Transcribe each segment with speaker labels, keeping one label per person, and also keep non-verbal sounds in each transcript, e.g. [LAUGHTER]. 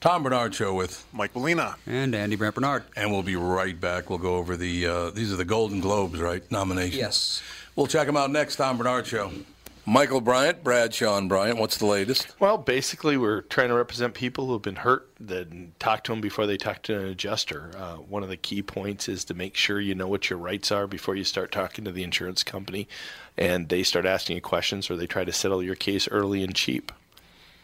Speaker 1: Tom Bernard Show with
Speaker 2: Mike Molina.
Speaker 3: And Andy Brant Bernard.
Speaker 1: And we'll be right back. We'll go over the, uh, these are the Golden Globes, right? Nominations.
Speaker 3: Yes.
Speaker 1: We'll check them out next. Tom Bernard Show. Michael Bryant, Brad Sean Bryant, what's the latest?
Speaker 4: Well, basically, we're trying to represent people who have been hurt, then talk to them before they talk to an adjuster. Uh, one of the key points is to make sure you know what your rights are before you start talking to the insurance company and they start asking you questions or they try to settle your case early and cheap.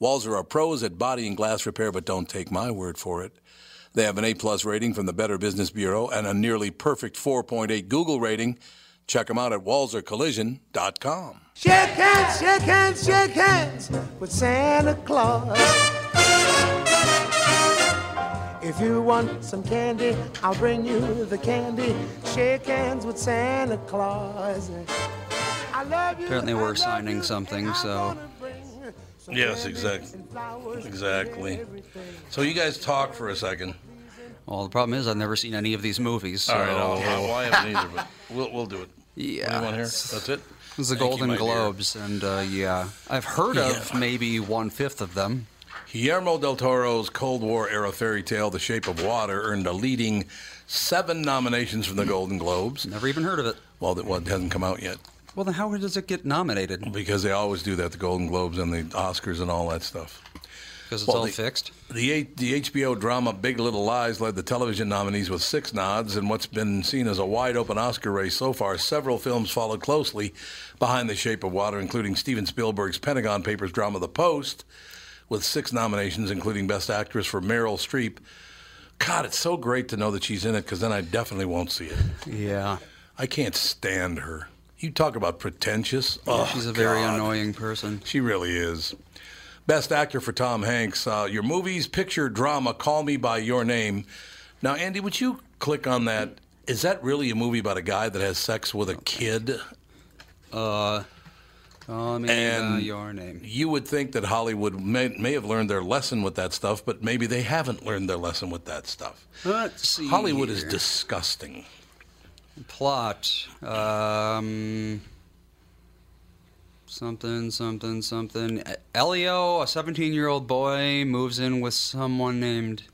Speaker 1: Walzer are pros at body and glass repair, but don't take my word for it. They have an A plus rating from the Better Business Bureau and a nearly perfect 4.8 Google rating. Check them out at walzercollision.com.
Speaker 5: Shake hands, shake hands, shake hands with Santa Claus. If you want some candy, I'll bring you the candy. Shake hands with Santa Claus. I love you.
Speaker 3: Apparently
Speaker 5: I
Speaker 3: we're
Speaker 5: love
Speaker 3: signing
Speaker 5: you,
Speaker 3: something,
Speaker 5: and I
Speaker 3: so-
Speaker 5: wanna bring some
Speaker 1: Yes,
Speaker 5: candy
Speaker 1: exact-
Speaker 5: and flowers and
Speaker 1: exactly.
Speaker 5: everything.
Speaker 1: So you guys talk for a second.
Speaker 3: Well, the problem is I've never seen any of these movies. So
Speaker 1: All right, I'll, uh, I'll, well, I haven't either, but we'll, we'll do it.
Speaker 3: Yeah.
Speaker 1: Anyone here? That's it?
Speaker 3: It was the
Speaker 1: Thank you,
Speaker 3: Golden
Speaker 1: my dear.
Speaker 3: Globes, and uh, yeah, I've heard of
Speaker 1: Yeah.
Speaker 3: maybe one fifth of them.
Speaker 1: Guillermo del Toro's Cold War era fairy tale, The Shape of Water, earned a leading seven nominations from the Golden Globes.
Speaker 3: Never even heard of it.
Speaker 1: Well, that well, it hasn't come out yet
Speaker 3: Well, then how does it get nominated?
Speaker 1: because they always do that, the Golden Globes and the Oscars and all that stuff.
Speaker 3: Because it's
Speaker 1: Well,
Speaker 3: all
Speaker 1: the-
Speaker 3: fixed.
Speaker 1: The, H- the HBO drama Big Little Lies led the television nominees with six nods, and what's been seen as a wide open Oscar race so far, several films followed closely behind The Shape of Water, including Steven Spielberg's Pentagon Papers drama The Post, with six nominations, including Best Actress for Meryl Streep. God, it's so great to know that she's in it because then I definitely won't see it.
Speaker 3: Yeah.
Speaker 1: I can't stand her. You talk about pretentious. Oh,
Speaker 3: She's a very
Speaker 1: God.
Speaker 3: annoying person.
Speaker 1: She really is. Best actor for Tom Hanks. Uh, your movies, picture, drama, Call Me By Your Name. Now, Andy, would you click on that? Is that really a movie about a guy that has sex with a kid?
Speaker 3: Call me
Speaker 1: And-
Speaker 3: by your name.
Speaker 1: You would think that Hollywood may, may have learned their lesson with that stuff, but maybe they haven't learned their lesson with that stuff.
Speaker 3: Let's see.
Speaker 1: Hollywood is
Speaker 3: here.
Speaker 1: disgusting.
Speaker 3: plot. Um, something, something, something. Elio, a 17 year old boy, moves in with someone named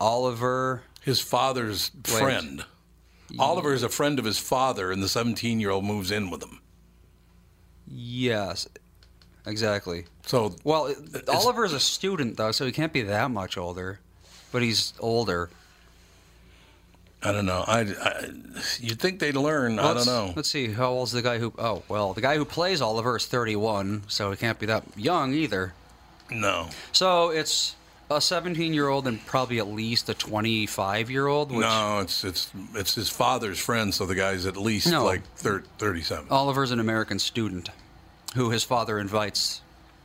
Speaker 3: Oliver.
Speaker 1: His father's friend. Oliver is a friend of his father, and the 17 year old moves in with him.
Speaker 3: Yes, exactly.
Speaker 1: So,
Speaker 3: Well, it- Oliver is a student, though, so he can't be that much older, but he's older.
Speaker 1: I don't know. I, I, you'd think they'd learn. I
Speaker 3: Let's-
Speaker 1: don't know.
Speaker 3: Let's see. How old's the guy who. Oh, well, the guy who plays Oliver is 31, so he can't be that young either.
Speaker 1: No.
Speaker 3: So it's a 17 year old and probably at least a 25 year old, which
Speaker 1: No, it's it's it's his father's friend, so the guy's at least
Speaker 3: No. Oh.
Speaker 1: like thir- 37.
Speaker 3: Oliver's an American student who his father invites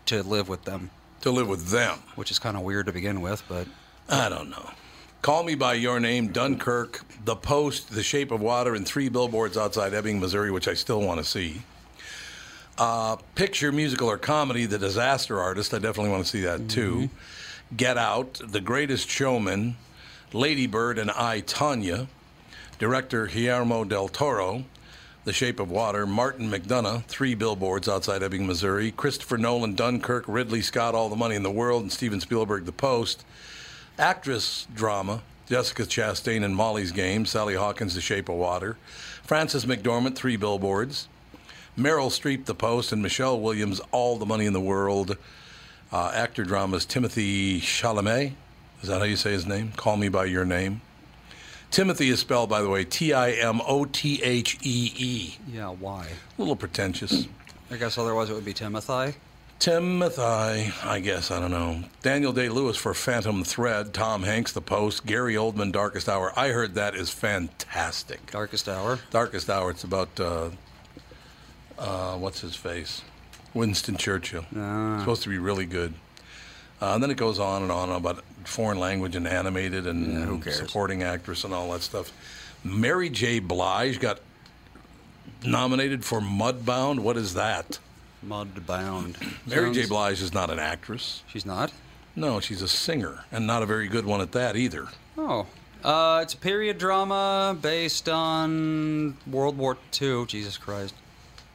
Speaker 3: to live with them,
Speaker 1: To live with them.
Speaker 3: which is kind of weird to begin with, but
Speaker 1: I don't know. Call Me By Your Name, Dunkirk, The Post, The Shape of Water, and three billboards outside Ebbing, Missouri, which I still want to see. Uh, picture, musical, or comedy, The Disaster Artist. I definitely want to see that too. Get Out, The Greatest Showman, Lady Bird, and I, Tanya. Director Guillermo del Toro. The Shape of Water, Martin McDonough, three billboards outside Ebbing, Missouri, Christopher Nolan, Dunkirk, Ridley Scott, All the Money in the World, and Steven Spielberg, The Post, actress drama, Jessica Chastain in Molly's Game, Sally Hawkins, The Shape of Water, Frances McDormand, three billboards, Meryl Streep, The Post, and Michelle Williams, All the Money in the World, uh, actor dramas, Timothy Chalamet, is that how you say his name? Call Me By Your Name. Timothy is spelled, by the way, T I M O T H E E.
Speaker 3: Yeah, why?
Speaker 1: A little pretentious.
Speaker 3: I guess otherwise it would be Timothy.
Speaker 1: Timothy, I guess, I don't know. Daniel Day Lewis for Phantom Thread, Tom Hanks, The Post, Gary Oldman, Darkest Hour. I heard that is fantastic.
Speaker 3: Darkest Hour.
Speaker 1: Darkest Hour, it's about, uh, uh, what's his face? Winston Churchill.
Speaker 3: Ah.
Speaker 1: It's supposed to be really good. Uh, and then it goes on and on about foreign language and animated and
Speaker 3: who cares?
Speaker 1: supporting actress and all that stuff. Mary J. Blige got nominated for Mudbound. What is that?
Speaker 3: Mudbound.
Speaker 1: [CLEARS THROAT] Mary J.
Speaker 3: Sounds-
Speaker 1: Blige is not an actress.
Speaker 3: She's not?
Speaker 1: No, she's a singer, and not a very good one at that either.
Speaker 3: Oh. Uh, it's a period drama based on World War II. Jesus Christ.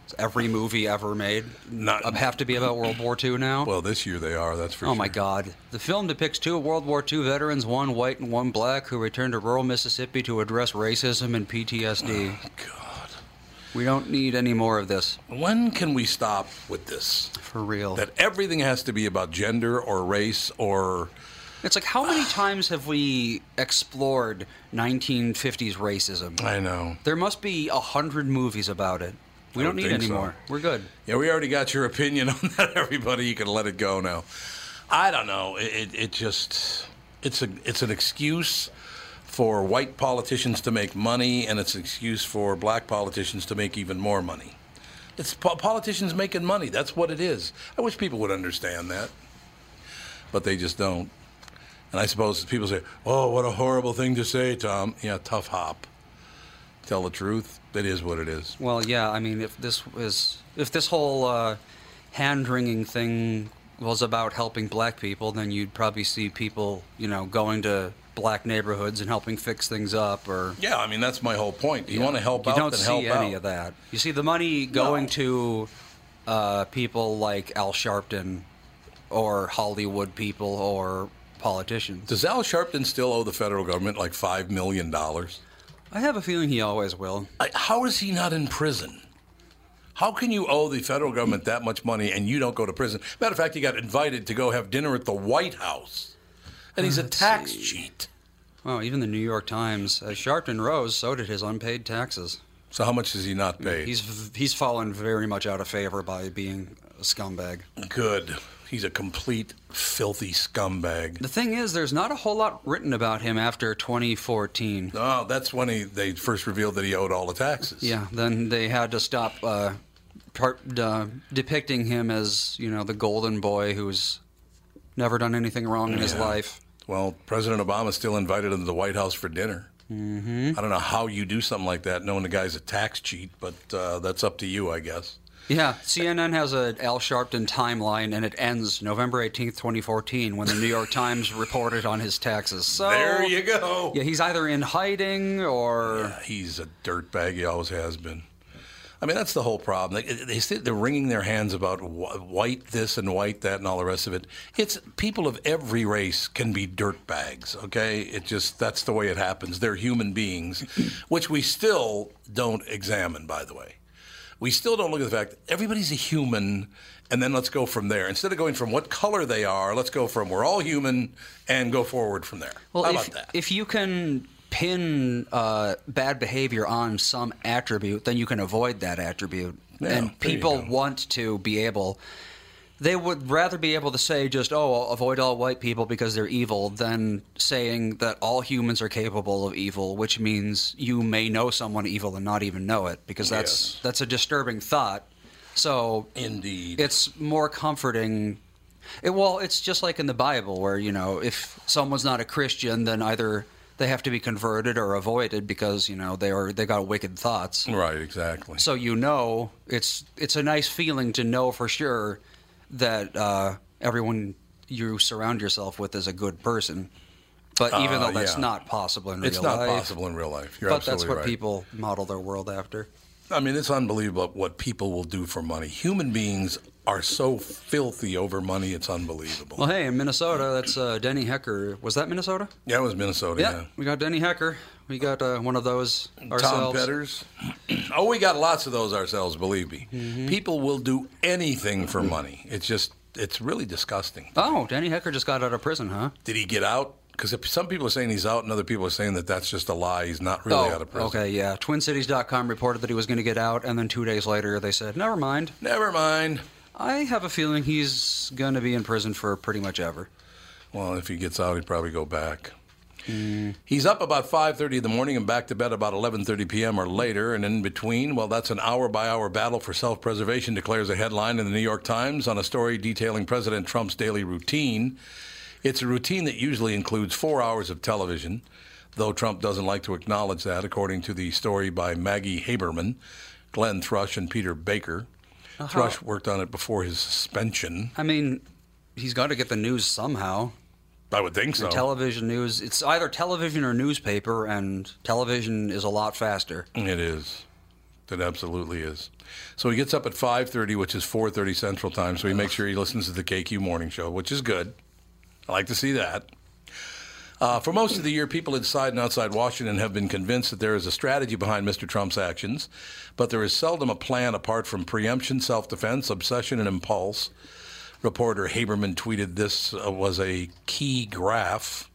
Speaker 3: It's every movie ever made.
Speaker 1: Not-
Speaker 3: I'd have to be about World War II now.
Speaker 1: Well, this year they are. That's for
Speaker 3: Oh
Speaker 1: sure.
Speaker 3: my God. The film depicts two World War II veterans, one white and one black, who return to rural Mississippi to address racism
Speaker 1: [SIGHS]
Speaker 3: and PTSD.
Speaker 1: God.
Speaker 3: We don't need any more of this.
Speaker 1: When can we stop with this?
Speaker 3: For real.
Speaker 1: That everything has to be about gender or race or
Speaker 3: It's like, how
Speaker 1: [SIGHS]
Speaker 3: many times have we explored 1950s racism?
Speaker 1: I know.
Speaker 3: There must be a hundred movies about it. We
Speaker 1: I
Speaker 3: don't
Speaker 1: would
Speaker 3: need
Speaker 1: think
Speaker 3: any
Speaker 1: so.
Speaker 3: more. We're good.
Speaker 1: Yeah, we already got your opinion on [LAUGHS] that. Everybody, you can let it go now. I don't know. It, it, it just it's a it's an excuse for white politicians to make money, and it's an excuse for black politicians to make even more money. It's po- politicians making money. That's what it is. I wish people would understand that, but they just don't. And I suppose people say, "Oh, what a horrible thing to say, Tom." Yeah, tough hop. Tell the truth. It is what it is.
Speaker 3: Well, yeah. I mean, if this was, if this whole uh, hand wringing thing was about helping black people, then you'd probably see people, you know, going to black neighborhoods and helping fix things up, or
Speaker 1: Yeah, I mean that's my whole point. You want to help
Speaker 3: you
Speaker 1: out,
Speaker 3: don't
Speaker 1: then help
Speaker 3: see any
Speaker 1: out.
Speaker 3: of that. You see the money going to uh, people like Al Sharpton or Hollywood people or politicians.
Speaker 1: Does Al Sharpton still owe the federal government like five million dollars?
Speaker 3: I have a feeling he always will.
Speaker 1: I- How is he not in prison? How can you owe the federal government that much money and you don't go to prison? Matter of fact, he got invited to go have dinner at the White House, and he's a tax cheat.
Speaker 3: Well, even the New York Times, as Sharpton rose, so did his unpaid taxes.
Speaker 1: So how much is he not paid?
Speaker 3: He's v- he's fallen very much out of favor by being a scumbag.
Speaker 1: good. He's a complete filthy scumbag.
Speaker 3: The thing is, there's not a whole lot written about him after 2014.
Speaker 1: Oh, that's when he they first revealed that he owed all the taxes.
Speaker 3: Yeah, then they had to stop uh, part, uh, depicting him as you know the golden boy who's never done anything wrong in his
Speaker 1: Yeah.
Speaker 3: life.
Speaker 1: Well, President Obama still invited him to the White House for dinner. Mm-hmm. I don't know how you do something like that, knowing the guy's a tax cheat, but uh, that's up to you, I guess.
Speaker 3: Yeah, CNN has a Al Sharpton timeline, and it ends November 18th, 2014, when the
Speaker 1: [LAUGHS]
Speaker 3: New York Times reported on his taxes. So
Speaker 1: There you go.
Speaker 3: Yeah, he's either in hiding or
Speaker 1: He's a dirtbag. He always has been. I mean, that's the whole problem. They, they sit, they're wringing their hands about wh- white this and white that and all the rest of it. It's people of every race can be dirtbags, okay? It just, that's the way it happens. They're human
Speaker 3: [CLEARS THROAT]
Speaker 1: beings, which we still don't examine, by the way. We still don't look at the fact that everybody's a human, and then let's go from there. Instead of going from what color they are, let's go from we're all human and go forward from there.
Speaker 3: well,
Speaker 1: How
Speaker 3: if,
Speaker 1: about that?
Speaker 3: if you can pin uh, bad behavior on some attribute, then you can avoid that attribute.
Speaker 1: Yeah, there you
Speaker 3: and people
Speaker 1: go.
Speaker 3: want to be able. They would rather be able to say just, "Oh, avoid all white people because they're evil," than saying that all humans are capable of evil, which means you may know someone evil and not even know it, because that's
Speaker 1: Yes.
Speaker 3: that's a disturbing thought. So
Speaker 1: Indeed.
Speaker 3: it's more comforting. It, well, it's just like in the Bible where you know if someone's not a Christian, then either they have to be converted or avoided because you know they are they got wicked thoughts.
Speaker 1: Right, exactly.
Speaker 3: So you know it's it's a nice feeling to know for sure that uh, everyone you surround yourself with is a good person. But even
Speaker 1: Uh,
Speaker 3: though that's
Speaker 1: yeah.
Speaker 3: not possible in
Speaker 1: it's
Speaker 3: real
Speaker 1: not
Speaker 3: life,
Speaker 1: possible in real life. You're
Speaker 3: but
Speaker 1: absolutely
Speaker 3: that's what
Speaker 1: right.
Speaker 3: people model their world after.
Speaker 1: I mean, it's unbelievable what people will do for money. Human beings are so filthy over money, it's unbelievable.
Speaker 3: Well, hey, in Minnesota, that's uh, Denny Hecker. Was that Minnesota?
Speaker 1: Yeah, it was Minnesota.
Speaker 3: Yeah, we got Denny Hecker. We got uh, one of those
Speaker 1: Tom
Speaker 3: ourselves.
Speaker 1: Petters. [CLEARS THROAT] oh, we got lots of those ourselves, believe me.
Speaker 3: Mm-hmm.
Speaker 1: People will do anything for money. It's just, it's really disgusting.
Speaker 3: Oh, Denny Hecker just got out of prison, huh?
Speaker 1: Did he get out? Because some people are saying he's out, and other people are saying that that's just a lie. He's not really
Speaker 3: oh,
Speaker 1: out of prison.
Speaker 3: okay, yeah. TwinCities.com reported that he was going to get out, and then two days later, they said, never mind.
Speaker 1: Never mind.
Speaker 3: I have a feeling he's going to be in prison for pretty much ever.
Speaker 1: Well, if he gets out, he'd probably go back. He's up about 5:30 in the morning and back to bed about 11:30 p.m. or later, and in between, well, that's an hour-by-hour battle for self-preservation, declares a headline in the New York Times on a story detailing President Trump's daily routine. It's a routine that usually includes four hours of television, though Trump doesn't like to acknowledge that, according to the story by Maggie Haberman, Glenn Thrush, and Peter Baker. Thrush worked on it before his suspension.
Speaker 3: I mean, he's got to get the news somehow.
Speaker 1: I would think so.
Speaker 3: Television news, it's either television or newspaper, and television is a lot faster.
Speaker 1: It is. It absolutely is. So he gets up at 5:30, which is 4:30 Central Time. So he makes sure he listens to the KQ Morning Show, which is good. I like to see that. Uh, for most of the year, people inside and outside Washington have been convinced that there is a strategy behind Mr. Trump's actions, but there is seldom a plan apart from preemption, self-defense, obsession, and impulse. Reporter Haberman tweeted this uh, was a key graph.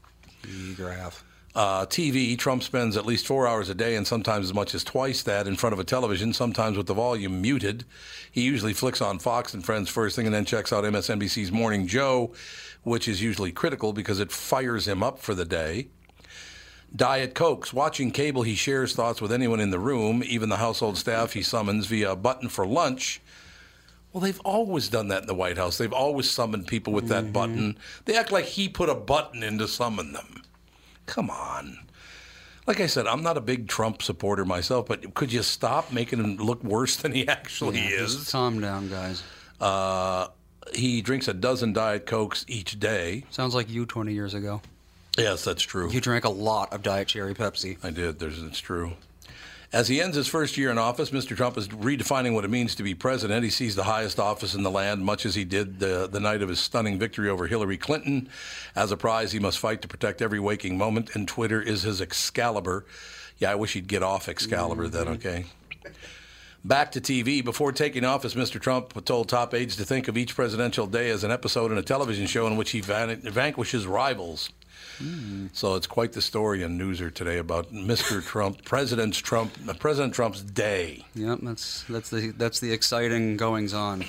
Speaker 3: E graph.
Speaker 1: Uh, TV, Trump spends at least four hours a day and sometimes as much as twice that in front of a television, sometimes with the volume muted. He usually flicks on Fox and Friends first thing and then checks out MSNBC's Morning Joe, which is usually critical because it fires him up for the day. Diet Cokes. Watching cable, he shares thoughts with anyone in the room, even the household staff he summons via a button for lunch. Well, they've always done that in the White House. They've always summoned people with that button. They act like he put a button in to summon them. Come on. Like I said, I'm not a big Trump supporter myself, but could you stop making him look worse than he [LAUGHS] actually
Speaker 3: Just
Speaker 1: is?
Speaker 3: calm down, guys.
Speaker 1: Uh, he drinks a dozen Diet Cokes each day.
Speaker 3: Sounds like you 20 years ago.
Speaker 1: Yes, that's true.
Speaker 3: You drank a lot of Diet Cherry Pepsi.
Speaker 1: I did. There's, it's true. As he ends his first year in office, Mr. Trump is redefining what it means to be president. He sees the highest office in the land, much as he did the, the night of his stunning victory over Hillary Clinton. As a prize, he must fight to protect every waking moment, and Twitter is his Excalibur. Yeah, I wish he'd get off Excalibur then, okay? Back to TV. Before taking office, Mr. Trump told top aides to think of each presidential day as an episode in a television show in which he van- vanquishes rivals. So it's quite the story in Newser today about Mr. Trump, President Trump, uh, President Trump's day.
Speaker 3: Yep, that's that's the that's the exciting goings on.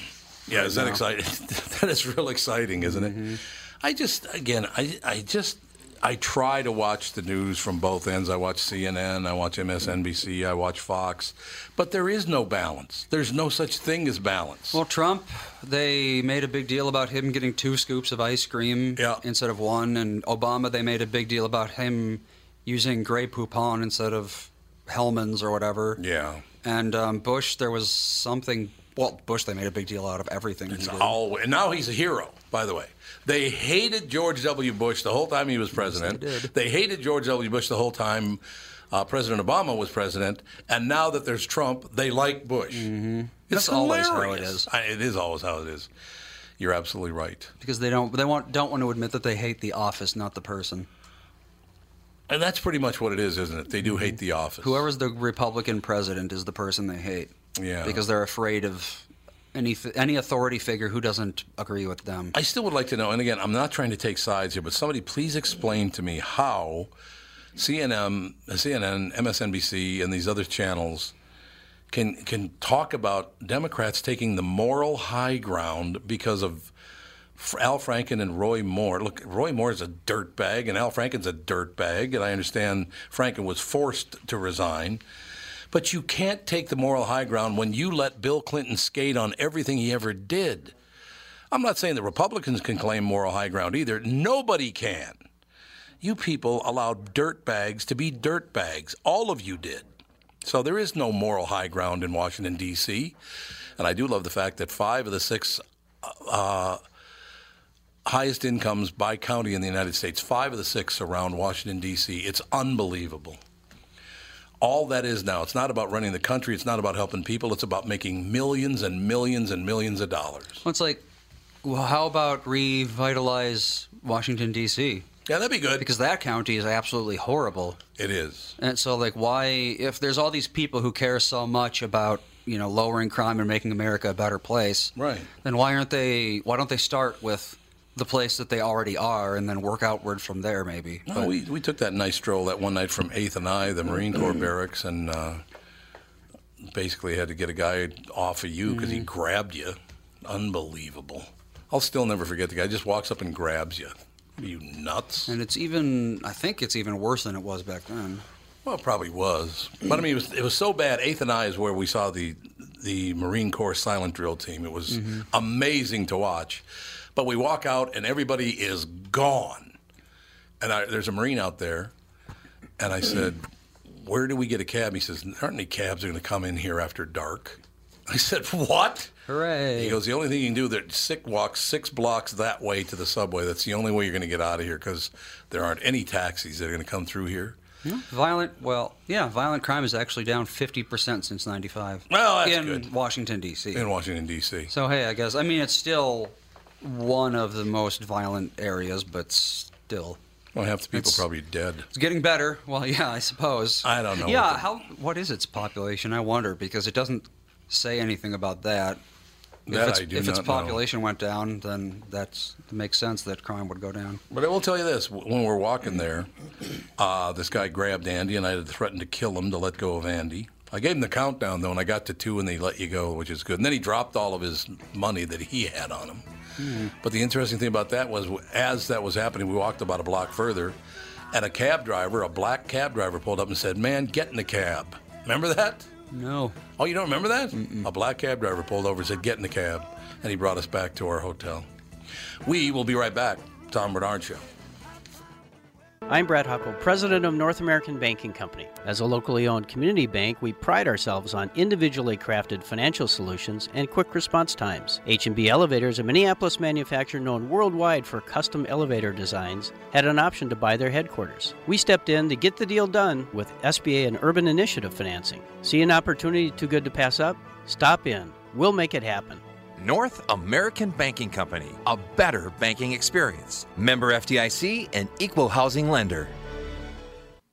Speaker 1: Yeah, is that exciting? [LAUGHS] that is real exciting, isn't it? I just, again, I, I just, I try to watch the news from both ends. I watch CNN, I watch MSNBC, I watch Fox, but there is no balance. There's no such thing as balance.
Speaker 3: Well, Trump, they made a big deal about him getting two scoops of ice cream
Speaker 1: Yeah.
Speaker 3: instead of one, and Obama, they made a big deal about him using Grey Poupon instead of Hellman's or whatever.
Speaker 1: yeah.
Speaker 3: And um, Bush, there was something. Well, Bush, they made a big deal out of everything. he
Speaker 1: It's
Speaker 3: did.
Speaker 1: all, and now he's a hero, by the way. They hated George W. Bush the whole time he was president.
Speaker 3: they did.
Speaker 1: hated George W. Bush the whole time uh, President Obama was president. And now that there's Trump, they like Bush. Mm-hmm. It's
Speaker 3: That's always how it
Speaker 1: hilarious.
Speaker 3: is.
Speaker 1: I, it is always how it is. You're absolutely right.
Speaker 3: because they don't they want don't want to admit that they hate the office, not the person.
Speaker 1: And that's pretty much what it is, isn't it? They do hate the office.
Speaker 3: Whoever's the Republican president is the person they hate.
Speaker 1: Yeah.
Speaker 3: Because they're afraid of any any authority figure who doesn't agree with them.
Speaker 1: I still would like to know, and again, I'm not trying to take sides here, but somebody please explain to me how CNN, CNN, MSNBC, and these other channels can can talk about Democrats taking the moral high ground because of F- Al Franken and Roy Moore. Look, Roy Moore is a dirtbag, and Al Franken's a dirtbag, and I understand Franken was forced to resign. But you can't take the moral high ground when you let Bill Clinton skate on everything he ever did. I'm not saying the Republicans can claim moral high ground either. Nobody can. You people allowed dirtbags to be dirtbags. All of you did. So there is no moral high ground in Washington, D.C. And I do love the fact that five of the six uh, highest incomes by county in the United States, five of the six around Washington, D.C. It's unbelievable. All that is now, it's not about running the country, it's not about helping people, it's about making millions and millions and millions of dollars.
Speaker 3: Well, it's like, well, how about revitalize Washington, D.C.?
Speaker 1: Yeah, that'd be good.
Speaker 3: Because that county is absolutely horrible.
Speaker 1: it is.
Speaker 3: And so, like, why, if there's all these people who care so much about, you know, lowering crime and making America a better place,
Speaker 1: Right.
Speaker 3: Then why aren't they? Why don't they start with the place that they already are, and then work outward from there, maybe?
Speaker 1: No, we, we took that nice stroll that one night from 8th and I, the Marine Corps barracks, and uh, basically had to get a guy off of you because he grabbed you. Unbelievable. I'll still never forget the guy just walks up and grabs you. Are you nuts?
Speaker 3: And it's even, I think it's even worse than it was back then.
Speaker 1: Well, it probably was, but I mean, it was, it was so bad. Eighth and I is where we saw the the Marine Corps silent drill team. It was amazing to watch, but we walk out and everybody is gone. And I, there's a Marine out there, and I said, "Where do we get a cab?" He says, "There "Aren't any cabs that are going to come in here after dark?" I said, "What?"
Speaker 3: Hooray!
Speaker 1: He goes, the only thing you can do that sick walk six blocks that way to the subway. That's the only way you're going to get out of here because there aren't any taxis that are going to come through here.
Speaker 3: violent. Well, yeah, violent crime is actually down fifty percent since '95.
Speaker 1: Well, that's
Speaker 3: in
Speaker 1: good.
Speaker 3: Washington D.C.
Speaker 1: in Washington D.C.
Speaker 3: so hey, I guess I mean it's still one of the most violent areas, but still.
Speaker 1: Well, half the people
Speaker 3: It's-
Speaker 1: probably dead.
Speaker 3: It's getting better. Well, [LAUGHS] yeah, I suppose.
Speaker 1: I don't know what
Speaker 3: Yeah,
Speaker 1: the-
Speaker 3: how what is its population? I wonder because it doesn't say anything about that.
Speaker 1: That
Speaker 3: if its,
Speaker 1: I do
Speaker 3: if its
Speaker 1: not know.
Speaker 3: population went down, then that's it makes sense that crime would go down.
Speaker 1: But I will tell you this: when we're walking [CLEARS THROAT] there, uh, this guy grabbed Andy, and I had threatened to kill him to let go of Andy. I gave him the countdown though, and I got to two, and they let you go, which is good. And then he dropped all of his money that he had on him. But the interesting thing about that was, as that was happening, we walked about a block further, and a cab driver, a black cab driver, pulled up and said, "Man, get in the cab." Remember that?
Speaker 3: No.
Speaker 1: Oh, you don't remember that? A black cab driver pulled over and said, Get in the cab. And he brought us back to our hotel. We will be right back. Tom Bernard Show.
Speaker 2: I'm Brad Huckle, president of North American Banking Company. As a locally owned community bank, we pride ourselves on individually crafted financial solutions and quick response times. H&B Elevators, a Minneapolis manufacturer known worldwide for custom elevator designs, had an option to buy their headquarters. We stepped in to get the deal done with SBA and Urban Initiative financing. See an opportunity too good to pass up? Stop in. We'll make it happen.
Speaker 6: North American Banking Company, a better banking experience. Member FDIC and equal housing lender.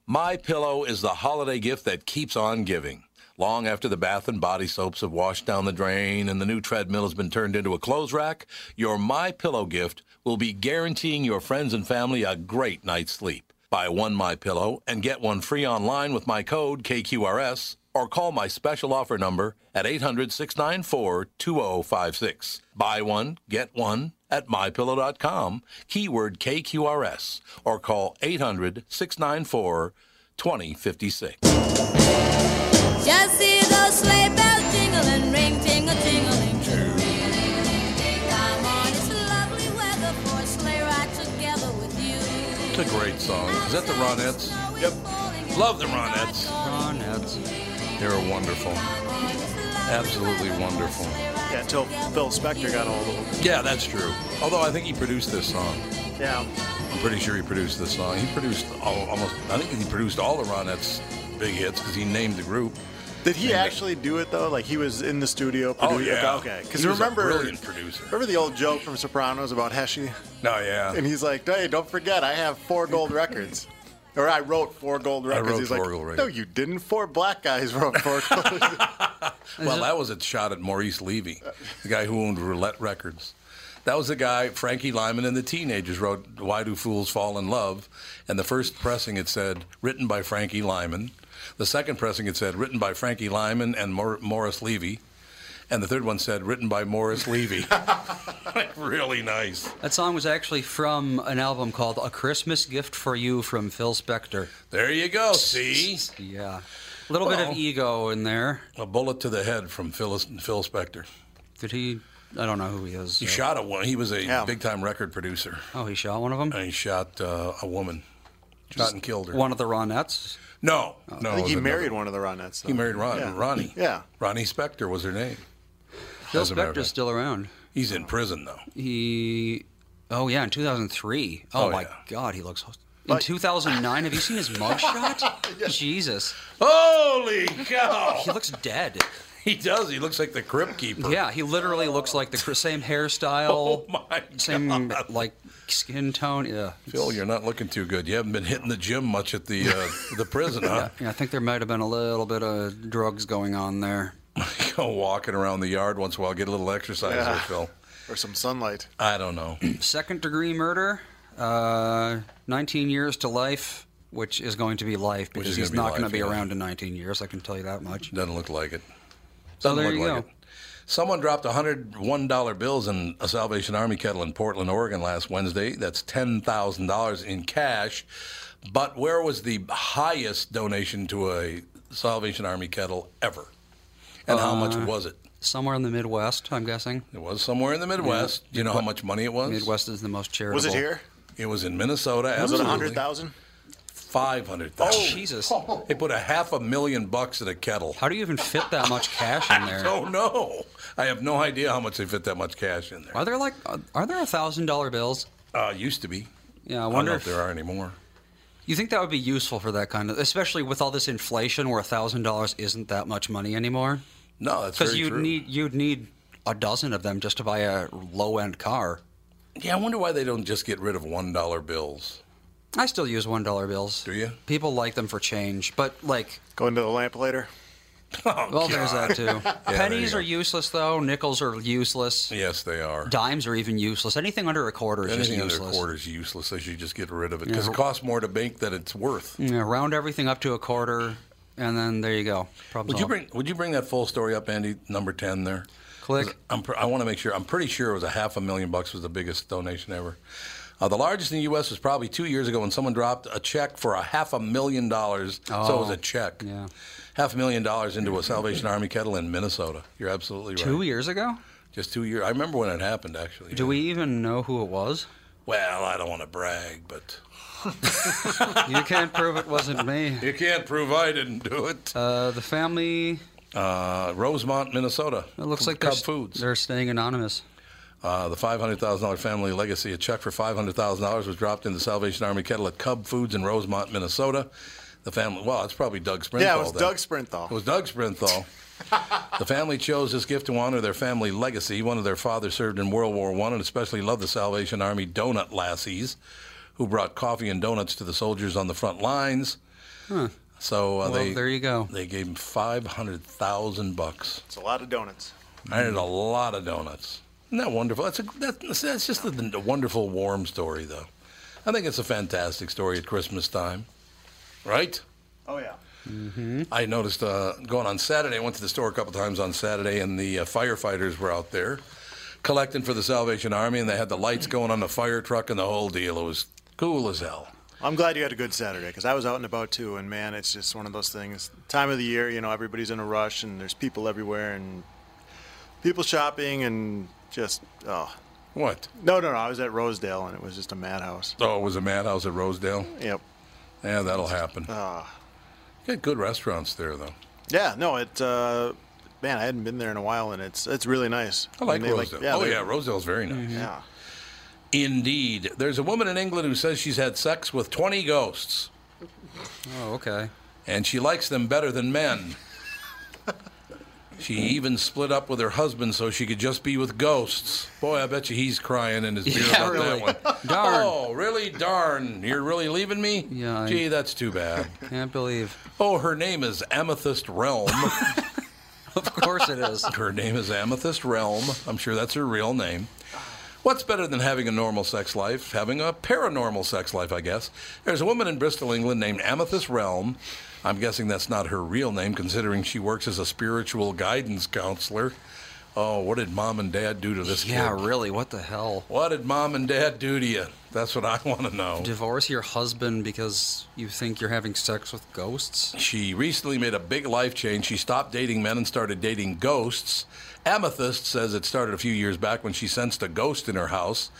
Speaker 1: My Pillow is the holiday gift that keeps on giving. Long after the bath and body soaps have washed down the drain and the new treadmill has been turned into a clothes rack, your My Pillow gift will be guaranteeing your friends and family a great night's sleep. Buy one My Pillow and get one free online with my code KQRS or call my special offer number at 800-694-2056. Buy one, get one at mypillow.com, keyword KQRS, or call 800-694-2056.
Speaker 7: Just see those sleigh bells jingle and ring, tingle, tingling. Ding, ding, ding, ding, Come on, it's lovely weather for a sleigh ride together with you.
Speaker 1: It's a great song. Is that the Ronettes?
Speaker 7: Yep.
Speaker 1: Love the Ronettes.
Speaker 3: Oh, no, it's-
Speaker 1: They were wonderful. Absolutely wonderful.
Speaker 8: Yeah, until Phil Spector got all of them.
Speaker 1: Yeah, that's true. Although I think he produced this song.
Speaker 8: Yeah.
Speaker 1: I'm pretty sure he produced this song. He produced all, almost, I think he produced all the Ronettes big hits because he named the group.
Speaker 8: Did he
Speaker 1: Maybe.
Speaker 8: actually do it though? Like he was in the studio.
Speaker 1: Oh,
Speaker 8: produ-
Speaker 1: yeah.
Speaker 8: Okay. Because
Speaker 1: He was a
Speaker 8: remember,
Speaker 1: brilliant producer.
Speaker 8: Remember the old joke from Sopranos about Heshey,
Speaker 1: No, yeah.
Speaker 8: and he's like, "Hey, don't forget, I have four gold records." Or I wrote four gold records.
Speaker 1: wrote
Speaker 8: He's
Speaker 1: four
Speaker 8: like,
Speaker 1: gold
Speaker 8: no,
Speaker 1: records."
Speaker 8: you didn't. Four black guys wrote four.
Speaker 1: [LAUGHS]
Speaker 8: gold
Speaker 1: Well, that was a shot at Maurice Levy, the guy who owned Roulette Records. That was the guy Frankie Lyman and the Teenagers wrote "Why Do Fools Fall in Love," and the first pressing it said written by Frankie Lyman. The second pressing it said written by Frankie Lyman and Mor- Morris Levy, and the third one said written by Morris Levy. really nice.
Speaker 3: That song was actually from an album called "A Christmas Gift for You" from Phil Spector.
Speaker 1: There you go. See,
Speaker 3: Yeah, a little bit
Speaker 1: Well.
Speaker 3: of ego in there.
Speaker 1: a bullet to the head from Phyllis, Phil Spector.
Speaker 3: Did he? I don't know who he is.
Speaker 1: He
Speaker 3: Uh,
Speaker 1: shot a wo- He was a
Speaker 8: Yeah.
Speaker 1: big time record producer,
Speaker 3: Oh, he shot one of them.
Speaker 1: and he shot uh, a woman. Shot and killed her.
Speaker 3: One of the Ronettes.
Speaker 1: no, no.
Speaker 8: Oh. I think
Speaker 1: it
Speaker 8: he
Speaker 1: was
Speaker 8: married
Speaker 1: another-
Speaker 8: one of the Ronettes. though.
Speaker 1: He married Ron,
Speaker 8: Yeah.
Speaker 1: Ronnie.
Speaker 8: Yeah.
Speaker 1: Ronnie Spector was her name.
Speaker 3: Bill
Speaker 1: As a matter of
Speaker 3: Spector's
Speaker 1: fact.
Speaker 3: still around.
Speaker 1: He's in prison though.
Speaker 3: He, oh yeah, in 2003. Oh,
Speaker 1: Oh,
Speaker 3: my
Speaker 1: yeah.
Speaker 3: God, he looks. In 2009, have you seen his
Speaker 1: [LAUGHS]
Speaker 3: mugshot? Jesus,
Speaker 1: Holy cow!
Speaker 3: he looks dead.
Speaker 1: [LAUGHS] he does. He looks like the crypt keeper.
Speaker 3: Yeah, he literally looks like the cr- same hairstyle,
Speaker 1: [LAUGHS] Oh my
Speaker 3: same
Speaker 1: God.
Speaker 3: like skin tone. Yeah,
Speaker 1: Phil, you're not looking too good. You haven't been hitting the gym much at the uh, the
Speaker 8: [LAUGHS]
Speaker 1: prison, huh?
Speaker 3: yeah, I think there might have been a little bit of drugs going on there.
Speaker 1: Go walking around the yard once in a while, get a little exercise there, Phil.
Speaker 8: Or some sunlight.
Speaker 1: I don't know.
Speaker 3: Second degree murder, uh, 19 years to life, which is going to be life because
Speaker 1: is
Speaker 3: he's
Speaker 1: gonna be
Speaker 3: not going to
Speaker 1: life,
Speaker 3: be
Speaker 1: yeah.
Speaker 3: around in 19 years. I can tell you that much.
Speaker 1: Doesn't look like it.
Speaker 3: So there
Speaker 1: Look
Speaker 3: you
Speaker 1: like
Speaker 3: go.
Speaker 1: it. Someone dropped $101 bills in a Salvation Army kettle in Portland, Oregon last Wednesday. That's $10,000 in cash. But where was the highest donation to a Salvation Army kettle ever? And how much
Speaker 3: Uh,
Speaker 1: was it?
Speaker 3: Somewhere in the Midwest, I'm guessing.
Speaker 1: It was somewhere in the Midwest. Do you know how much money it was?
Speaker 3: Midwest is the most charitable.
Speaker 8: Was it here?
Speaker 1: It was in Minnesota.
Speaker 8: Was it
Speaker 1: absolutely.
Speaker 8: 100,000?
Speaker 1: Five hundred thousand.
Speaker 3: Oh, Jesus.
Speaker 1: [LAUGHS] They put a half a million bucks in a kettle.
Speaker 3: How do you even fit that much
Speaker 1: [LAUGHS]
Speaker 3: cash in there?
Speaker 1: Oh no! I have no idea how much they fit that much cash in there.
Speaker 3: Are there like are there a thousand dollar bills?
Speaker 1: Uh, used to be.
Speaker 3: Yeah, I
Speaker 1: I don't
Speaker 3: wonder
Speaker 1: know
Speaker 3: if
Speaker 1: if there are anymore.
Speaker 3: You think that would be useful for that kind of, especially with all this inflation, where thousand dollars isn't that much money anymore?
Speaker 1: No, that's
Speaker 3: Because
Speaker 1: very
Speaker 3: you'd
Speaker 1: true.
Speaker 3: need you'd need a dozen of them just to buy a low end car.
Speaker 1: yeah, I wonder why they don't just get rid of one dollar bills. [LAUGHS]
Speaker 3: I still use one dollar bills.
Speaker 1: Do you?
Speaker 3: People like them for change, but like,
Speaker 8: Going to the lamp later?
Speaker 1: Oh,
Speaker 3: well,
Speaker 1: God.
Speaker 3: there's
Speaker 1: [LAUGHS]
Speaker 3: that too.
Speaker 1: there you
Speaker 3: Pennies
Speaker 1: go.
Speaker 3: are useless though. Nickels are useless.
Speaker 1: Yes, they are.
Speaker 3: Dimes are even useless. Anything under a quarter is
Speaker 1: Anything
Speaker 3: just
Speaker 1: under
Speaker 3: useless.
Speaker 1: a quarter is useless. They should just get rid of it because it costs more to bank than it's worth.
Speaker 3: Yeah, round everything up to a quarter, and then there you go.
Speaker 1: Would
Speaker 3: Problem
Speaker 1: you
Speaker 3: solved.
Speaker 1: bring Would you bring that full story up, Andy? Number ten there.
Speaker 3: Click.
Speaker 1: I'm, pr- I want to make sure. I'm pretty sure it was a half a million bucks was the biggest donation ever. Uh, the largest in the U.S. was probably two years ago when someone dropped a check for a half a million dollars. so it was
Speaker 3: Oh,
Speaker 1: a check.
Speaker 3: yeah.
Speaker 1: Half a million dollars into a Salvation Army kettle in Minnesota. You're absolutely right.
Speaker 3: Two years ago?
Speaker 1: Just two years. I remember when it happened, actually.
Speaker 3: Do we even know who it was?
Speaker 1: Well, I don't want to brag, but
Speaker 3: You can't prove it wasn't me.
Speaker 1: you can't prove I didn't do it. Uh,
Speaker 3: Uh, the family.
Speaker 1: Rosemont, Minnesota.
Speaker 3: It looks like
Speaker 1: Cub
Speaker 3: they're,
Speaker 1: Foods.
Speaker 3: they're staying anonymous.
Speaker 1: Uh, the $500,000 family legacy, a check for $500,000 was dropped in the Salvation Army kettle at Cub Foods in Rosemont, Minnesota. The family, well, it's probably Doug Sprinthal.
Speaker 8: Yeah, it was
Speaker 1: then.
Speaker 8: Doug Sprinthal.
Speaker 1: It was Doug Sprinthal. the family chose this gift to honor their family legacy. One of their fathers served in World War One, and especially loved the Salvation Army donut lassies, who brought coffee and donuts to the soldiers on the front lines. So uh,
Speaker 3: Well,
Speaker 1: they
Speaker 3: there
Speaker 1: [LAUGHS]
Speaker 3: you go.
Speaker 1: they gave him five hundred thousand bucks.
Speaker 8: It's a lot of donuts.
Speaker 1: I ate a lot of donuts. Isn't that wonderful? That's, a, that's, that's just a, a wonderful, warm story, though. I think it's a fantastic story at Christmas time, right?
Speaker 8: Oh, yeah.
Speaker 1: I noticed uh, going on Saturday, I went to the store a couple times on Saturday, and the uh, firefighters were out there collecting for the Salvation Army, and they had the lights going on the fire truck and the whole deal. It was cool as hell.
Speaker 8: I'm glad you had a good Saturday because I was out and about too, and man, it's just one of those things. Time of the year, you know, everybody's in a rush, and there's people everywhere, and people shopping, and just oh,
Speaker 1: What?
Speaker 8: no, no, no. I was at Rosedale, and it was just a madhouse.
Speaker 1: Oh, it was a madhouse at Rosedale?
Speaker 8: Yep.
Speaker 1: Yeah, that'll happen.
Speaker 8: Ah.
Speaker 1: Got good restaurants there, though.
Speaker 8: Yeah. No. It. Uh, man, I hadn't been there in a while, and it's it's really nice.
Speaker 1: I like
Speaker 8: And they,
Speaker 1: Rosedale.
Speaker 8: yeah,
Speaker 1: oh,
Speaker 8: they- Mm-hmm.
Speaker 1: yeah, Rosedale's very nice.
Speaker 8: Yeah.
Speaker 1: Indeed. There's a woman in England who says she's had sex with 20 ghosts,
Speaker 3: Oh, okay.
Speaker 1: and she likes them better than men. she even split up with her husband so she could just be with ghosts. Boy, I bet you he's crying in his beer
Speaker 3: [LAUGHS] Yeah,
Speaker 1: about
Speaker 3: really.
Speaker 1: that one.
Speaker 3: Darn.
Speaker 1: Oh, really? Darn. You're really leaving me?
Speaker 3: Yeah, I-
Speaker 1: Gee, that's too
Speaker 3: [LAUGHS]
Speaker 1: bad.
Speaker 3: Can't believe.
Speaker 1: Oh, her name is Amethyst Realm.
Speaker 3: Of course it is.
Speaker 1: her name is Amethyst Realm. I'm sure that's her real name. What's better than having a normal sex life? Having a paranormal sex life, I guess. There's a woman in Bristol, England named Amethyst Realm. I'm guessing that's not her real name, considering she works as a spiritual guidance counselor. Oh, what did mom and dad do to this
Speaker 3: Yeah,
Speaker 1: kid?
Speaker 3: really. What the hell?
Speaker 1: What did mom and dad do to you? That's what I want to know.
Speaker 3: Divorce your husband because you think you're having sex with ghosts?
Speaker 1: She recently made a big life change. She stopped dating men and started dating ghosts. Amethyst says it started a few years back when she sensed a ghost in her house.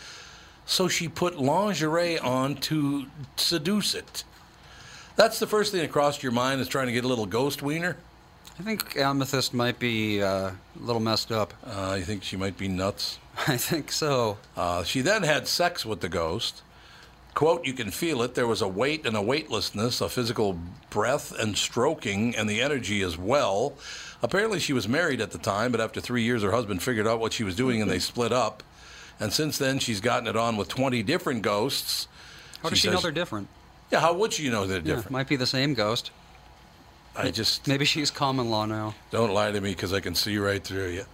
Speaker 1: So she put lingerie on to seduce it. That's the first thing that crossed your mind is trying to get a little ghost wiener.
Speaker 3: I think Amethyst might be uh, a little messed up. [LAUGHS]
Speaker 1: Uh, I think she might be nuts.
Speaker 3: I think so.
Speaker 1: Uh, she then had sex with the ghost. Quote, you can feel it. There was a weight and a weightlessness, a physical breath and stroking, and the energy as well. Apparently, she was married at the time, but after three years, her husband figured out what she was doing and they
Speaker 3: Mm-hmm.
Speaker 1: split up. And since then, she's gotten it on with 20 different ghosts.
Speaker 3: How does she, know
Speaker 1: says-
Speaker 3: they're different?
Speaker 1: Yeah, how would she know they're
Speaker 3: Yeah,
Speaker 1: different?
Speaker 3: might be the same ghost.
Speaker 1: I just.
Speaker 3: Maybe she's common law now.
Speaker 1: Don't lie to me because I can see right through you.